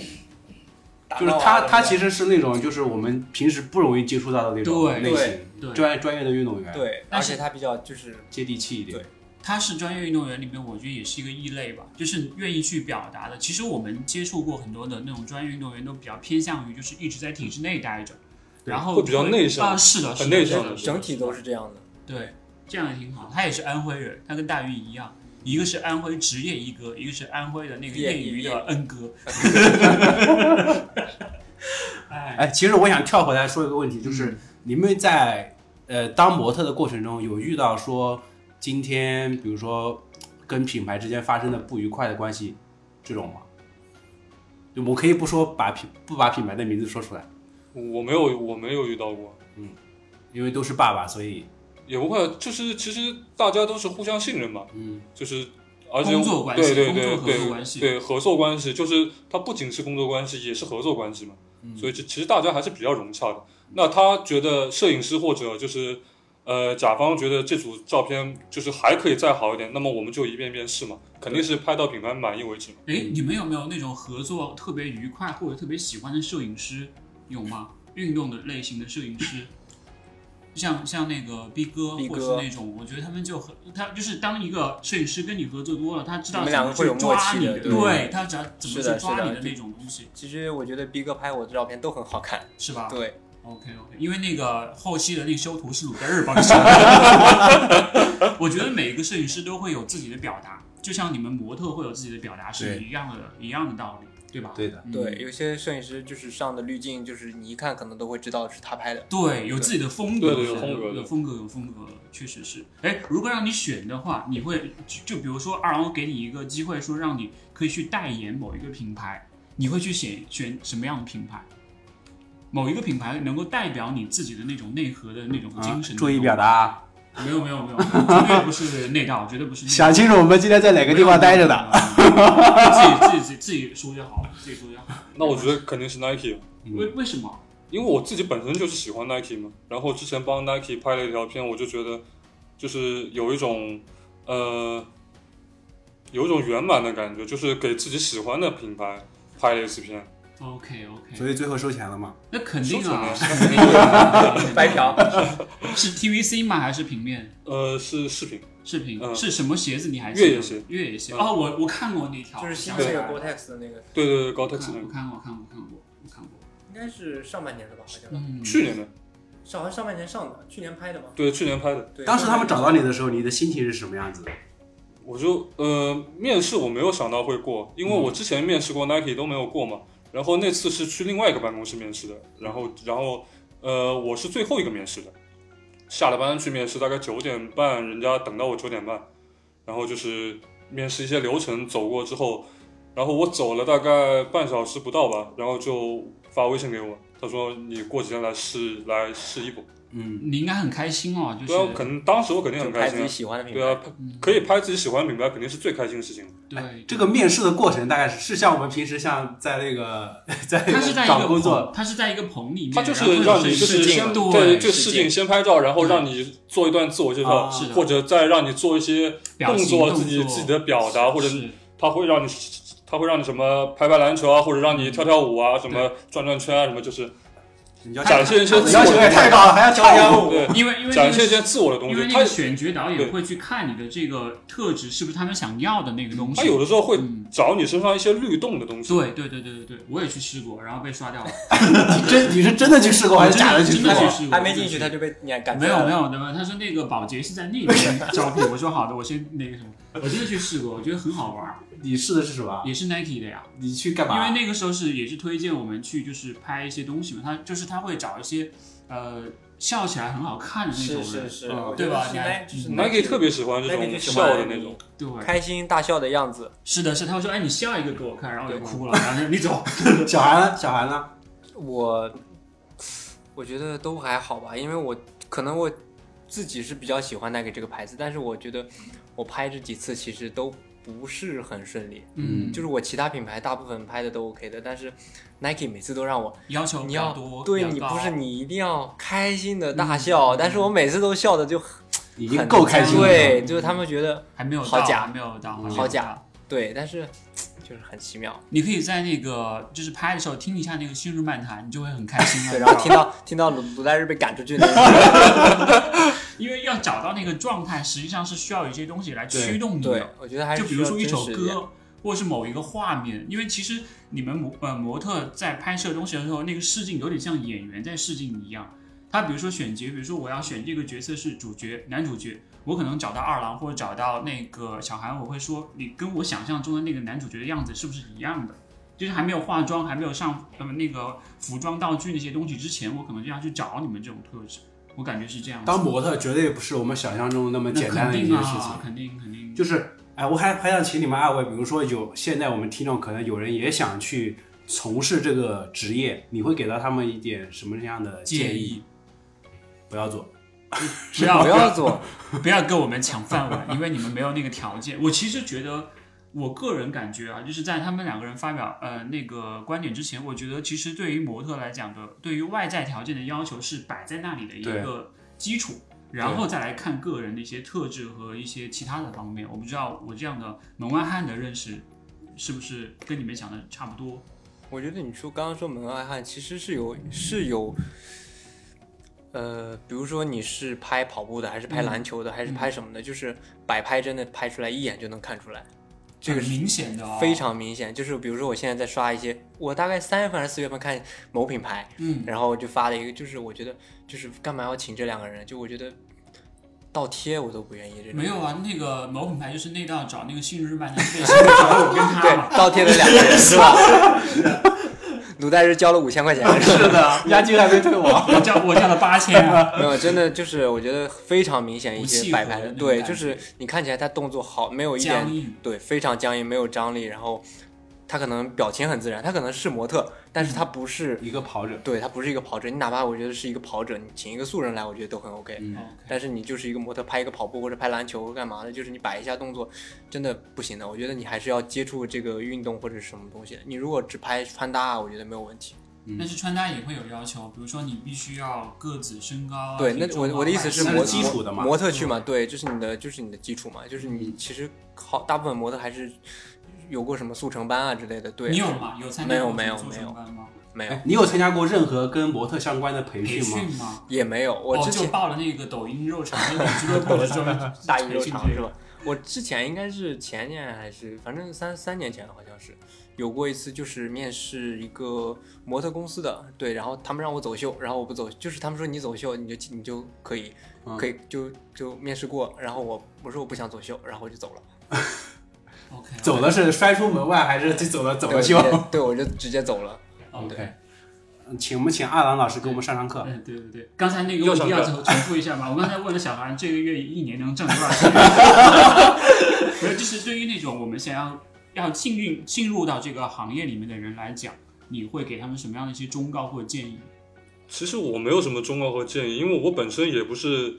S4: 打
S2: 就
S4: 闹啊，
S2: 是他，他
S4: 对
S2: 其实是那种就是我们平时不容易接触到的那种
S1: 对
S2: 类型，
S1: 对，
S2: 专专业的运动员，
S4: 对，
S1: 但
S4: 而
S1: 是
S4: 且他比较就是
S2: 接地气一点
S4: 对。
S1: 他是专业运动员里面，我觉得也是一个异类吧，就是愿意去表达的。其实我们接触过很多的那种专业运动员，都比较偏向于就是一直在体制内待着，然后
S3: 会比较内向
S1: 啊，是的，是的
S3: 很内向
S1: 是的，是的
S4: 整体都是这样的。
S1: 对，这样也挺好。他也是安徽人，他跟大鱼一样，一个是安徽职业一哥，一个是安徽的那个业余的恩哥。
S4: 嗯
S1: 哎，
S2: 哎，其实我想跳回来说一个问题，就是你们在呃当模特的过程中，有遇到说今天比如说跟品牌之间发生的不愉快的关系这种吗？就我可以不说把品不把品牌的名字说出来，
S3: 我没有，我没有遇到过，
S2: 因为都是爸爸，所以
S3: 也不会，就是其实大家都是互相信任嘛，
S2: 嗯，
S3: 就是而且
S1: 工作关系
S3: 对对
S1: 工作
S3: 对
S1: 合作
S3: 对
S1: 关系
S3: 对合作关系，就是它不仅是工作关系，也是合作关系嘛，
S1: 嗯
S3: 所以这其实大家还是比较融洽的。那他觉得摄影师或者就是呃甲方觉得这组照片就是还可以再好一点，那么我们就一遍遍试嘛，肯定是拍到品牌满意为止嘛。
S1: 哎，你们有没有那种合作特别愉快或者特别喜欢的摄影师？有吗？运动的类型的摄影 师，像像那个逼哥，
S4: 逼
S1: 或
S4: 哥
S1: 者是那种，我觉得他们就很，他就是当一个摄影师跟你合作多了，他知道怎
S4: 你们两
S1: 么
S4: 个
S1: 去
S4: 会有默
S1: 抓
S4: 契
S1: 你
S4: 的对
S1: 对他只要怎么
S4: 是的
S1: 去抓
S4: 是的
S1: 你的
S4: 就
S1: 那种东西，
S4: 其实我觉得逼哥拍我的照片都很好看，
S1: 是吧？
S4: 对，
S1: OK OK，因为那个后期的那个修图是鲁在日帮你修的。 我觉得每一个摄影师都会有自己的表达，就像你们模特会有自己的表达是
S2: 对
S1: 一样的，一样的道理，对吧？
S2: 啊对的，
S1: 嗯
S4: 对，有些摄影师就是上的滤镜，就是你一看可能都会知道是他拍的。
S1: 对，有自己的风格，
S3: 对对有风格
S1: 有
S3: 的
S1: 风格，有风格，确实是。哎，如果让你选的话，你会就就比如说二郎给你一个机会，说让你可以去代言某一个品牌，你会去选选什么样的品牌？某一个品牌能够代表你自己的那种内核的嗯那种精神、
S2: 啊注意表达啊。
S1: 没有没有没有，绝对不是内道，绝对不是内道。
S2: 想清楚我们今天在哪个地方待着的。
S1: 的，自己自己自己自己说就好，自己说就好。
S3: 那我觉得肯定是 Nike，
S1: 为为什么？
S3: 因为我自己本身就是喜欢 Nike 嘛，然后之前帮 Nike 拍了一条片，我就觉得就是有一种呃有一种圆满的感觉，就是给自己喜欢的品牌拍了一次片，
S1: OK OK，
S2: 所以最后收钱了吗？
S1: 那肯定啊，
S3: 说
S1: 肯定啊
S4: 白嫖，
S1: 是 TVC 吗？还是平面
S3: 呃，是视频，
S1: 视频？
S3: 嗯
S1: 是什么鞋子？你还
S3: 越野
S1: 记得吗
S3: 鞋，
S1: 越野鞋。
S3: 嗯
S1: 哦，我我看过那条，
S4: 就是新
S1: 想
S4: 的
S1: 起
S4: 那个
S1: 来了
S4: Gore-Tex 的那个，
S3: 对对对
S1: 我
S3: ，Gore-Tex
S1: 看
S3: 那
S1: 我
S3: 个，
S1: 看过，我看过，我看过，我看过。
S4: 应该是上半年的吧？好像
S1: 嗯，
S3: 去年的，
S4: 是好像上半年上的，去年拍的吧？
S3: 对，去年拍的，
S4: 对，
S2: 当时他们找到你的时候，你的心情是什么样子的？
S3: 我就呃面试我没有想到会过，因
S4: 嗯
S3: 为我之前面试过 Nike 都没有过嘛，然后那次是去另外一个办公室面试的，然后然后呃我是最后一个面试的，下了班去面试，大概九点半，人家等到我九点半，然后就是面试一些流程走过之后，然后我走了大概半小时不到吧，然后就发微信给我，他说你过几天来试来试衣服，
S2: 嗯，
S1: 你应该很开心哦，就
S3: 对啊，可
S1: 是
S3: 能当时我肯定
S4: 就
S3: 很
S4: 拍
S3: 开
S4: 自
S3: 心
S4: 己
S3: 啊。
S4: 喜欢的品
S3: 对啊
S4: 牌，，
S3: 可以拍自己喜欢的品牌，肯定是最开心的事情。
S1: 对，
S2: 这个面试的过程大概是是像我们平时像在那个 在
S1: 他是在一
S2: 找
S1: 个
S2: 工作，
S1: 棚，他是在一个棚里面，
S3: 他就是
S1: 然后有
S3: 让你
S1: 摄
S3: 就
S1: 影师
S3: 是先
S4: 对
S3: 对就
S4: 试嗯
S3: 试
S4: 镜
S3: 镜先拍照，然后
S1: 对
S3: 让你做一段自我介绍
S2: 啊，
S1: 是的
S3: 或者再让你做一些
S1: 表
S3: 动
S1: 情
S3: 作，
S1: 动
S3: 自己
S1: 作
S3: 自己的表达，或者
S1: 是
S3: 他会让你，他会让你什么拍拍篮球啊，或者让你
S1: 嗯
S3: 跳跳舞啊，什么转转圈啊，什么就是
S2: 你要
S3: 展现一些
S2: 你
S3: 自
S2: 要求
S3: 我
S2: 也太高了，还要跳
S3: 的，
S2: 舞，
S3: 对，
S1: 因 为因为那
S3: 展
S1: 个
S3: 现一些自我的东
S1: 因
S3: 西
S1: 为。那
S3: 他
S1: 个选角导演
S3: 对
S1: 会去看你的这个特质是不是他们想要的那个东西。
S3: 他有的时候会
S1: 嗯
S3: 找你身上一些律动的东西。
S1: 对对对对对对，我也去试过，然后被刷掉 了。
S2: 你真你是真的去试过还是
S1: 真
S2: 假
S1: 的
S2: 去
S1: 真
S2: 试
S1: 的
S2: 过
S1: 去？试过，
S4: 还没进去他就被你
S3: 啊
S4: 赶出
S1: 没
S4: 来
S1: 有
S4: 了
S1: 没有，对吧？他说那个保洁是在另一边招聘，我说好的，我先那 个什么，我真的去试过，我觉得很好玩儿，
S2: 你试的是什么？
S1: 也是 Nike 的呀。
S2: 你去干
S3: 啊
S1: 因为
S2: 嘛？
S1: 那个时候是也是推荐我们去就是拍一些东西嘛，他就是他会找一些呃笑起来很好看的那种
S4: 是
S1: 人，
S4: 是是，
S2: 嗯
S4: 我
S1: 对
S4: 觉得
S1: 吧
S4: 是
S1: 你还
S4: Nike- 就是
S3: Nike 特别喜欢这
S4: Nike
S3: 种
S4: 就喜
S3: 笑
S4: 欢
S3: 的那种，
S1: 对，
S4: 开心大笑的样子，
S1: 是的是，他会说哎你笑一个给我看，然后我就哭了，然后就你 走，
S2: 小韩呢？小韩呢？
S4: 我我觉得都还好吧，因为我可能我自己是比较喜欢 Nike 这个牌子，但是我觉得我拍这几次其实都不是很顺利，
S1: 嗯，
S4: 就是我其他品牌大部分拍的都 OK 的，但是 Nike 每次都让我，
S1: 要求
S4: 你
S1: 比
S4: 要
S1: 较多，
S4: 对
S1: 比
S4: 你
S1: 较
S4: 不
S1: 高嗯
S4: 是你一定要开心的大笑，但是我每次都笑的就很
S2: 已经够开心了。
S4: 对，就是他们觉得
S1: 还没有到
S4: 好假嗯
S1: 还没有到，还没有
S4: 好
S1: 到
S4: 假。，对，但是就是很奇妙。
S1: 你可以在那个就是拍的时候听一下那个《新日漫谈》，你就会很开
S2: 嗯
S1: 心
S4: 对，
S1: 了。
S4: 然
S2: 啊
S4: 后听到听到鲁鲁代日被赶出去那个，
S1: 因为要找到那个状态，实际上是需要有一些东西来驱动你
S4: 对
S1: 的。，
S4: 我觉得还是
S1: 就比如说一
S4: 需要
S1: 首
S4: 真实点，
S1: 歌，或者是某一个画面，因为其实你们模呃模特在拍摄东西的时候，那个试镜有点像演员在试镜一样。他比如说选角，比如说我要选这个角色是主角、男主角，我可能找到二郎或者找到那个小韩，我会说你跟我想象中的那个男主角的样子是不是一样的？就是还没有化妆，还没有上呃那个服装道具那些东西之前，我可能就要去找你们这种特质，我感觉是这样子。
S2: 当模特绝对不是我们想象中那么
S1: 那
S2: 简单的一
S1: 肯
S2: 件
S1: 定
S2: 事情
S1: 啊，。肯定肯定
S2: 就是，哎，我还还想请你们二位，比如说有现在我们听众可能有人也想去从事这个职业，你会给到他们一点什么样的
S1: 建
S2: 建
S1: 议
S2: 不要做，
S1: 不要
S4: 不要做，
S1: 不要跟我们抢饭碗，因为你们没有那个条件。我其实觉得，我个人感觉啊，就是在他们两个人发表呃那个观点之前，我觉得其实对于模特来讲的，对于外在条件的要求是摆在那里的一
S2: 对
S1: 个基础，然后再来看个人的一些特质和一些其他的方面。我不知道我这样的门外汉的认识是不是跟你们想的差不多。
S4: 我觉得你说刚刚说门外汉，其实是有是有，呃，比如说你是拍跑步的，还是拍篮
S1: 嗯
S4: 球的，还是拍什么的，就是摆拍真的拍出来一眼就能看出来，这个
S1: 很
S4: 是
S1: 明显的、哦，
S4: 非常明显。就是比如说我现在在刷一些，我大概三月份还是四月份看某品牌，
S1: 嗯，
S4: 然后就发了一个，就是我觉得就是干嘛要请这两个人？就我觉得倒贴我都不愿意这种。
S1: 没有啊。那个某品牌就是内道找那个信日漫的 背心，找我跟他嘛。
S4: 对，倒贴了两个人是吧？ 鲁代日交了五千块钱，是
S1: 啊
S4: 的，
S2: 押金还没 退啊我。
S1: 我叫我叫了八千 啊。
S4: 没有，真的就是我觉得非常明显一
S1: 不契合
S4: 些摆拍的，
S1: 那种
S4: 对，
S1: 感觉
S4: 就是你看起来他动作好，没有一
S1: 僵
S4: 点
S1: 硬，
S4: 对，非常僵硬，没有张力，然后他可能表情很自然，他可能是模特，但是
S1: 嗯
S4: 他不是，
S2: 一个跑者，
S4: 对他不是一个跑者，你哪怕我觉得是一个跑者，你请一个素人来，我觉得都很 OK，
S2: 嗯，
S4: 但是你就是一个模特，拍一个跑步或者拍篮球干嘛的，就是你摆一下动作，真的不行的。我觉得你还是要接触这个运动或者是什么东西的。你如果只拍穿搭，啊我觉得没有问题。
S1: 但是穿搭也会有要求，比如说你必须要个子、身高啊。
S4: 对，那
S1: 体重啊
S4: 我我的意思是
S2: 那是
S4: 模
S2: 基础的嘛
S4: 模模特去嘛，对，这是你的就是你的基础嘛，就是你其实好大部分模特还是有过什么速成班啊之类的，对，
S1: 你有吗？有参加
S4: 没有
S1: 过
S4: 没有
S1: 做
S4: 没
S1: 什
S4: 有
S1: 么班吗？
S4: 没有
S2: 哎，你有参加过任何跟模特相关的培
S1: 培
S2: 训吗？
S1: 训吗？
S4: 也没有，我
S1: 哦
S4: 之
S1: 就
S4: 前
S1: 报了那个抖音肉场 那个俱乐部的专门
S4: 大鱼肉肠
S1: 培训
S4: 是吧？我之前应该是前年还是反正三三年前了好像是有过一次，就是面试一个模特公司的，对，然后他们让我走秀，然后我不走，就是他们说你走秀你就进你就可以
S2: 嗯
S4: 可以就就面试过，然后我我说我不想走秀，然后我就走了。
S1: 这个 OK，
S2: 走的是摔出门外，还是走了走
S4: 对
S2: 了修
S4: 我直接对，我就直接走了。
S1: 哦对。
S2: ？OK，嗯请我们请二郎老师给我们上上课。
S1: 嗯，对对对，刚才那个问题
S3: 又
S1: 要
S3: 上
S1: 重重复一下嘛。我刚才问了小韩这个月一年能挣多少 钱，没有，就是对于那种我们想要要进入进入到这个行业里面的人来讲，你会给他们什么样的一些忠告或者建议？
S3: 其实我没有什么忠告和建议，因为我本身也不是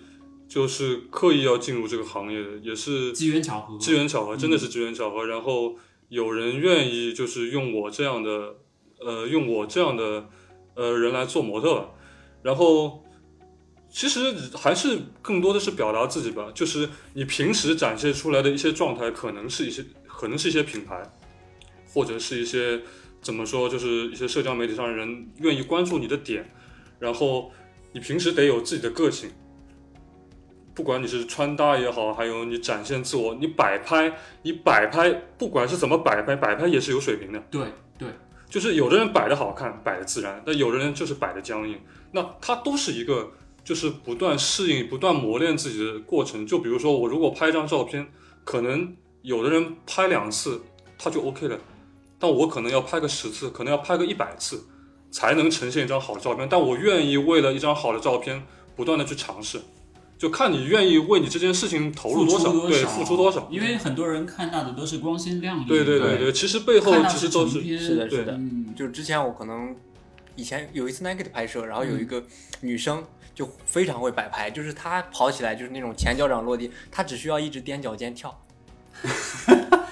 S3: 就是刻意要进入这个行业的，也是
S1: 机缘巧合，
S3: 机缘巧合，真的是机缘巧合。然后有人愿意就是用我这样的，呃，用我这样的呃人来做模特吧。然后其实还是更多的是表达自己吧，就是你平时展现出来的一些状态，可能是一些，可能是一些品牌，或者是一些怎么说，就是一些社交媒体上人愿意关注你的点。然后你平时得有自己的个性。不管你是穿搭也好，还有你展现自我，你摆拍，你摆拍，不管是怎么摆拍，摆拍也是有水平的。
S1: 对对，
S3: 就是有的人摆的好看，摆的自然，但有的人就是摆的僵硬。那它都是一个，就是不断适应、不断磨练自己的过程。就比如说，我如果拍一张照片，可能有的人拍两次他就 OK 了，但我可能要拍个十次，可能要拍个一百次，才能呈现一张好的照片。但我愿意为了一张好的照片，不断的去尝试。就看你愿意为你这件事情投入
S1: 付
S3: 多
S1: 出
S3: 少，
S1: 多
S3: 对，
S1: 少
S3: 付出多少。
S1: 因为很多人看到的都是光鲜亮丽，
S3: 对对
S1: 看
S3: 对
S2: 对
S3: 对，其实背后
S1: 到
S3: 其实都
S1: 成
S3: 是
S1: 片
S4: 是的，是的。
S1: 嗯，
S4: 就之前我可能以前有一次 Nike 的拍摄，然后
S1: 嗯
S4: 有一个女生就非常会摆拍，就是她跑起来就是那种前脚掌落地，她只需要一直踮脚尖跳，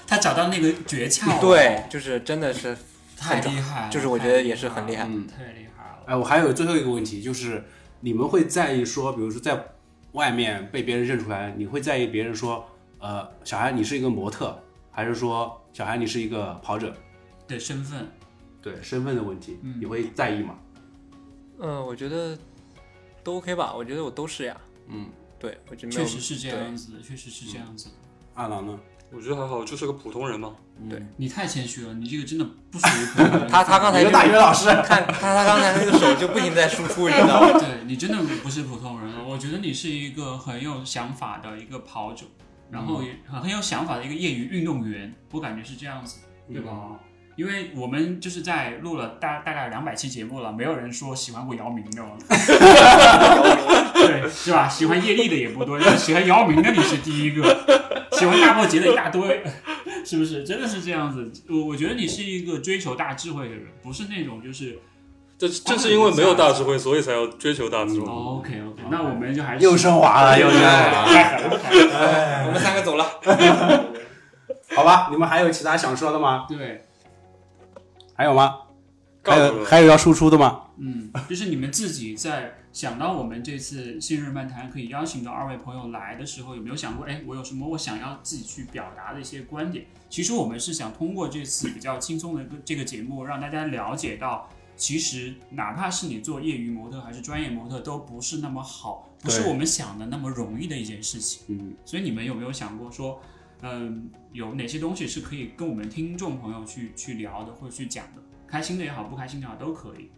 S1: 他找到那个诀窍，
S4: 对，，就是真的是
S1: 太厉害了，
S4: 就是我觉得也是很厉害嗯
S1: 太了太厉害了。
S2: 哎，我还有最后一个问题，就是你们会在意说，比如说在外面被别人认出来，你会在意别人说，呃，小孩你是一个模特，还是说小孩你是一个跑者？
S1: 的身份，
S2: 对，身份的问题，
S1: 嗯
S2: 你会在意吗？
S4: 嗯、我觉得都 OK 吧，我觉得我都是呀，
S2: 嗯，
S4: 对我觉得没
S1: 确
S4: 有嗯
S1: 实是这样子，确实是这样子。
S2: 二郎呢？
S3: 我觉得还好，就是个普通人嘛。
S1: 你太谦虚了，你这个真的不属于 朋友圈
S4: 他他刚才
S2: 你
S4: 就
S2: 的大学老 师，
S4: 看他他刚才那个手就不停在输出，你知道吗？
S1: 对你真的不是普通人，我觉得你是一个很有想法的一个跑者，然后也很很有想法的一个业余运动员，我感觉是这样子，对吧？因为我们就是在录了大大概两百期节目了，没有人说喜欢过姚明的哦，对，是吧？喜欢叶莉的也不多，但喜欢姚明的你是第一个，喜欢大破节的一大堆，是不是？真的是这样子。我我觉得你是一个追求大智慧的人，不是那种就是
S3: 这正是因为没有大智慧，所以才要追求大智慧。
S2: 嗯
S1: 哦 OK OK，那我们就还是
S2: 又升华了，啊又升华了。
S1: 太狠了，太狠了
S4: 我们三个走了，
S2: 好吧，你们还有其他想说的吗？
S1: 对，
S2: 还有吗？还
S3: 尬住
S2: 有
S3: 了。
S2: 还有要输出的吗？
S1: 嗯，就是你们自己在想到我们这次信任漫谈可以邀请到二位朋友来的时候，有没有想过，哎，我有什么我想要自己去表达的一些观点？其实我们是想通过这次比较轻松的一个这个节目，让大家了解到，其实哪怕是你做业余模特还是专业模特，都不是那么好，不是
S2: 对
S1: 我们想的那么容易的一件事情。
S2: 嗯，
S1: 所以你们有没有想过说，嗯，有哪些东西是可以跟我们听众朋友去去聊的，或者去讲的，开心的也好，不开心的也好都可以。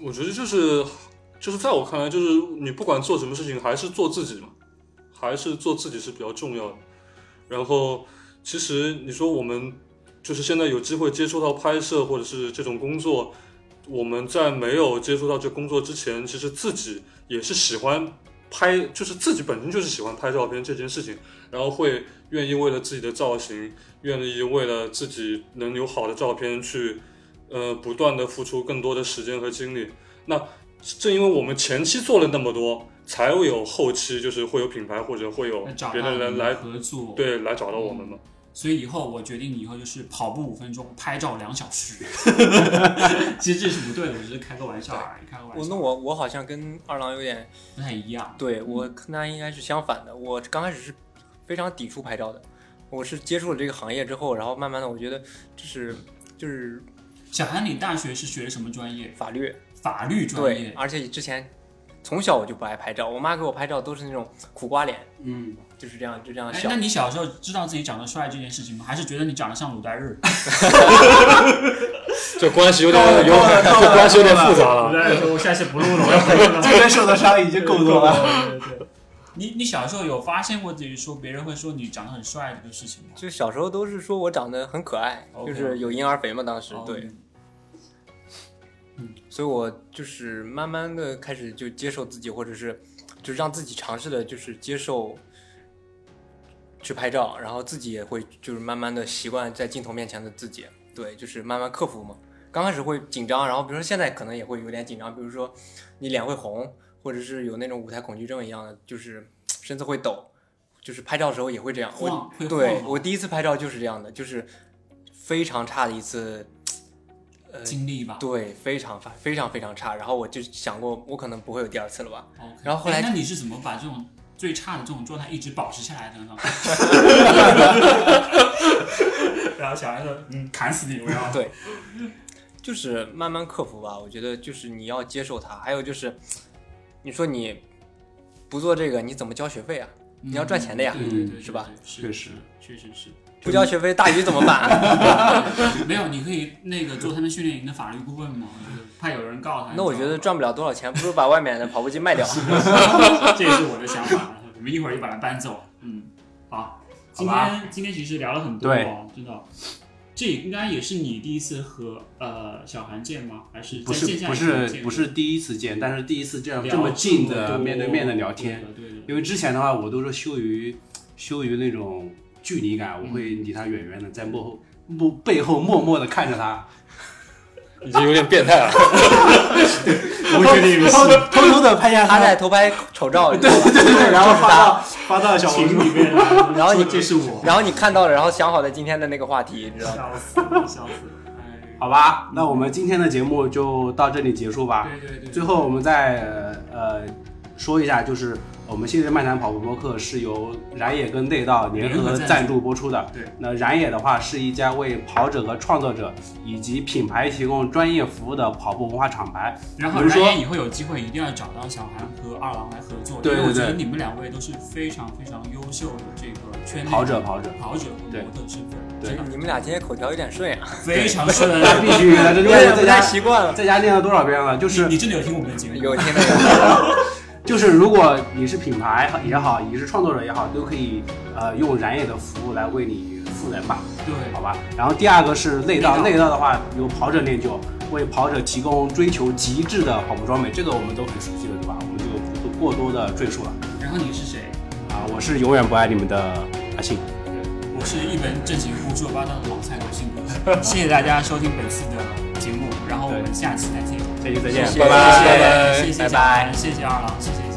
S3: 我觉得就是就是在我看来，就是你不管做什么事情，还是做自己嘛，还是做自己是比较重要的。然后其实你说我们就是现在有机会接触到拍摄或者是这种工作，我们在没有接触到这工作之前，其实自己也是喜欢。拍就是自己本身就是喜欢拍照片这件事情，然后会愿意为了自己的造型，愿意为了自己能有好的照片去，呃，不断的付出更多的时间和精力。那正因为我们前期做了那么多，才会有后期，就是会有品牌或者会有
S1: 那找
S3: 别
S1: 到
S3: 的
S1: 我
S3: 人
S1: 们
S3: 来
S1: 合作，，
S3: 对来找到我们嘛。
S1: 所以以后我决定以后就是跑步五分钟，拍照两小时。 其实这是不对的，我只是开个玩笑而已，开个玩
S4: 我
S1: 笑，
S4: 那我我好像跟二郎有点
S1: 不太一样。
S4: 对我跟他应该是相反的。我刚开始是非常抵触拍照的，我是接触了这个行业之后，然后慢慢的我觉得就是就是
S1: 小韩，你大学是学的什么专业？
S4: 法律
S1: 法律专
S4: 对，啊
S1: 业。哎
S4: 而且之前从小我就不爱拍照，我妈给我拍照都是那种苦瓜脸，
S2: 嗯，
S4: 就是这样就这样
S1: 哎，
S4: 笑
S1: 那。你小时候知道自己长得帅这件事情吗？还是觉得你长得像鲁代日？
S3: 这关系有
S2: 点有点这关系有点复
S3: 杂。
S1: 代日说：“我下次不录了，我要回去了
S2: 这边受的伤已经够多了。
S1: 了。对对对 你你小时候有发现过自己说别人会说你长得很帅这个事情吗？
S4: 就小时候都是说我长得很可爱
S1: OK
S4: 就是有婴儿肥嘛，当时对，
S1: 哦，
S4: 所以我就是慢慢的开始就接受自己，或者是就让自己尝试的，就是接受去拍照，然后自己也会就是慢慢的习惯在镜头面前的自己，对，就是慢慢克服嘛。刚开始会紧张，然后比如说现在可能也会有点紧张，比如说你脸会红，或者是有那种舞台恐惧症一样的，就是身子会抖，就是拍照的时候也会这样。我
S1: 晃会晃
S4: 对
S1: 吗
S4: 我第一次拍照就是这样的，就是非常差的一次，呃，
S1: 哦经历吧。
S4: 对，非常差非常非常差。然后我就想过，我可能不会有第二次了吧。
S1: OK
S4: 然后后来
S1: 哎那你是怎么把这种最差的这种状态一直保持下来 的呢？然后小孩说：“嗯，砍死你！我要。
S4: 对就是慢慢克服吧。我觉得就是你要接受它，还有就是，你说你不做这个，你怎么交学费啊？
S1: 嗯”
S4: 你要赚钱的呀嗯
S1: 对对对对，
S4: 是吧
S1: 对？是
S2: 确实，
S1: 确实是。
S4: 不交学费，大鱼怎么办？啊
S1: 没有，你可以那个做他们训练营的法律顾问嘛，就是怕有人告他。
S4: 那我觉得赚不了多少钱，不如把外面的跑步机卖掉。
S1: 这也是我的想法，你们一会儿就把它搬走。嗯，好，今
S2: 好吧
S1: 天今天其实聊了很多、哦，真的。这应该也是你第一次和呃小韩见吗？还是
S2: 不
S1: 在线
S2: 是
S1: 下
S2: 不
S1: 也没有
S2: 是
S1: 见
S2: 不
S1: 过
S2: 是第一次见，但是第一次这样
S1: 聊
S2: 这么近的
S1: 多
S2: 面对面的聊天，，
S1: 对的对的
S2: 因为之前的话我都是羞于羞于那种距离感，我会离他远远的，在幕后幕背后默默的看着他，
S3: 已经有点变态了。
S2: 我觉得也 是偷偷的拍下
S4: 他
S2: 他
S4: 在
S2: 的，
S4: 偷拍丑照，对
S2: 对对 对，然后发到发到小红
S1: 群
S2: 书
S1: 里面来，
S4: 然
S1: 说
S4: 后你
S1: 这是 我，
S4: 然后你看到了，然后想好了今天的那个话题，你知道吗？
S1: 笑死了笑死了，哎，
S2: 好吧，那我们今天的节目就到这里结束吧。
S1: 哎对对对，
S2: 最后我们再呃说一下，就是我们现在漫谈跑步播客是由燃野跟内道联
S1: 联合
S2: 合
S1: 赞助
S2: 赞助播出的。
S1: 对，
S2: 那燃野的话是一家为跑者和创作者以及品牌提供专业服务的跑步文化厂牌。
S1: 然后
S2: 比如
S1: 然
S2: 说
S1: 言以后有机会一定要找到小韩和二郎来合作，
S2: 对
S1: 因为我
S2: 对
S1: 觉
S2: 对
S1: 得你们两位都是非常非常优秀的这个圈内
S2: 跑者，跑者，
S1: 跑者和
S2: 对
S1: 模特身份，
S2: 对
S1: 真的
S4: 你们俩今天口条有点顺呀，
S1: 非常顺。
S2: 那必须的，这
S1: 啊
S4: 有
S2: 练了
S4: 点不
S2: 在
S4: 太
S2: 家
S4: 习 惯了。
S2: 在家练了多少遍了？就
S1: 你
S2: 是
S1: 你真的有听我们的节目？
S4: 有听那个，
S2: 就是，如果你是品牌也好，你是创作者也好，都可以呃用燃野的服务来为你赋能吧。好
S1: 对，
S2: 吧。然后第二个是内
S1: 内
S2: 道，
S1: 道
S2: 内道的话有跑者练就，为跑者提供追求极致的跑步装备，这个我们都很熟悉了，对吧？我们就不做过多的赘述了。
S1: 然后你是谁？
S2: 啊，我是永远不爱你们的阿信，
S1: 我是一本正经胡说八道的老菜狗性格。 谢谢大家收听本次的节目，然后我们下期再见。
S2: 下期再见，
S4: 谢谢
S2: 拜拜。
S3: 拜拜
S1: 谢谢
S4: 拜
S1: 小
S4: 拜
S1: 韩，谢谢二郎，谢谢。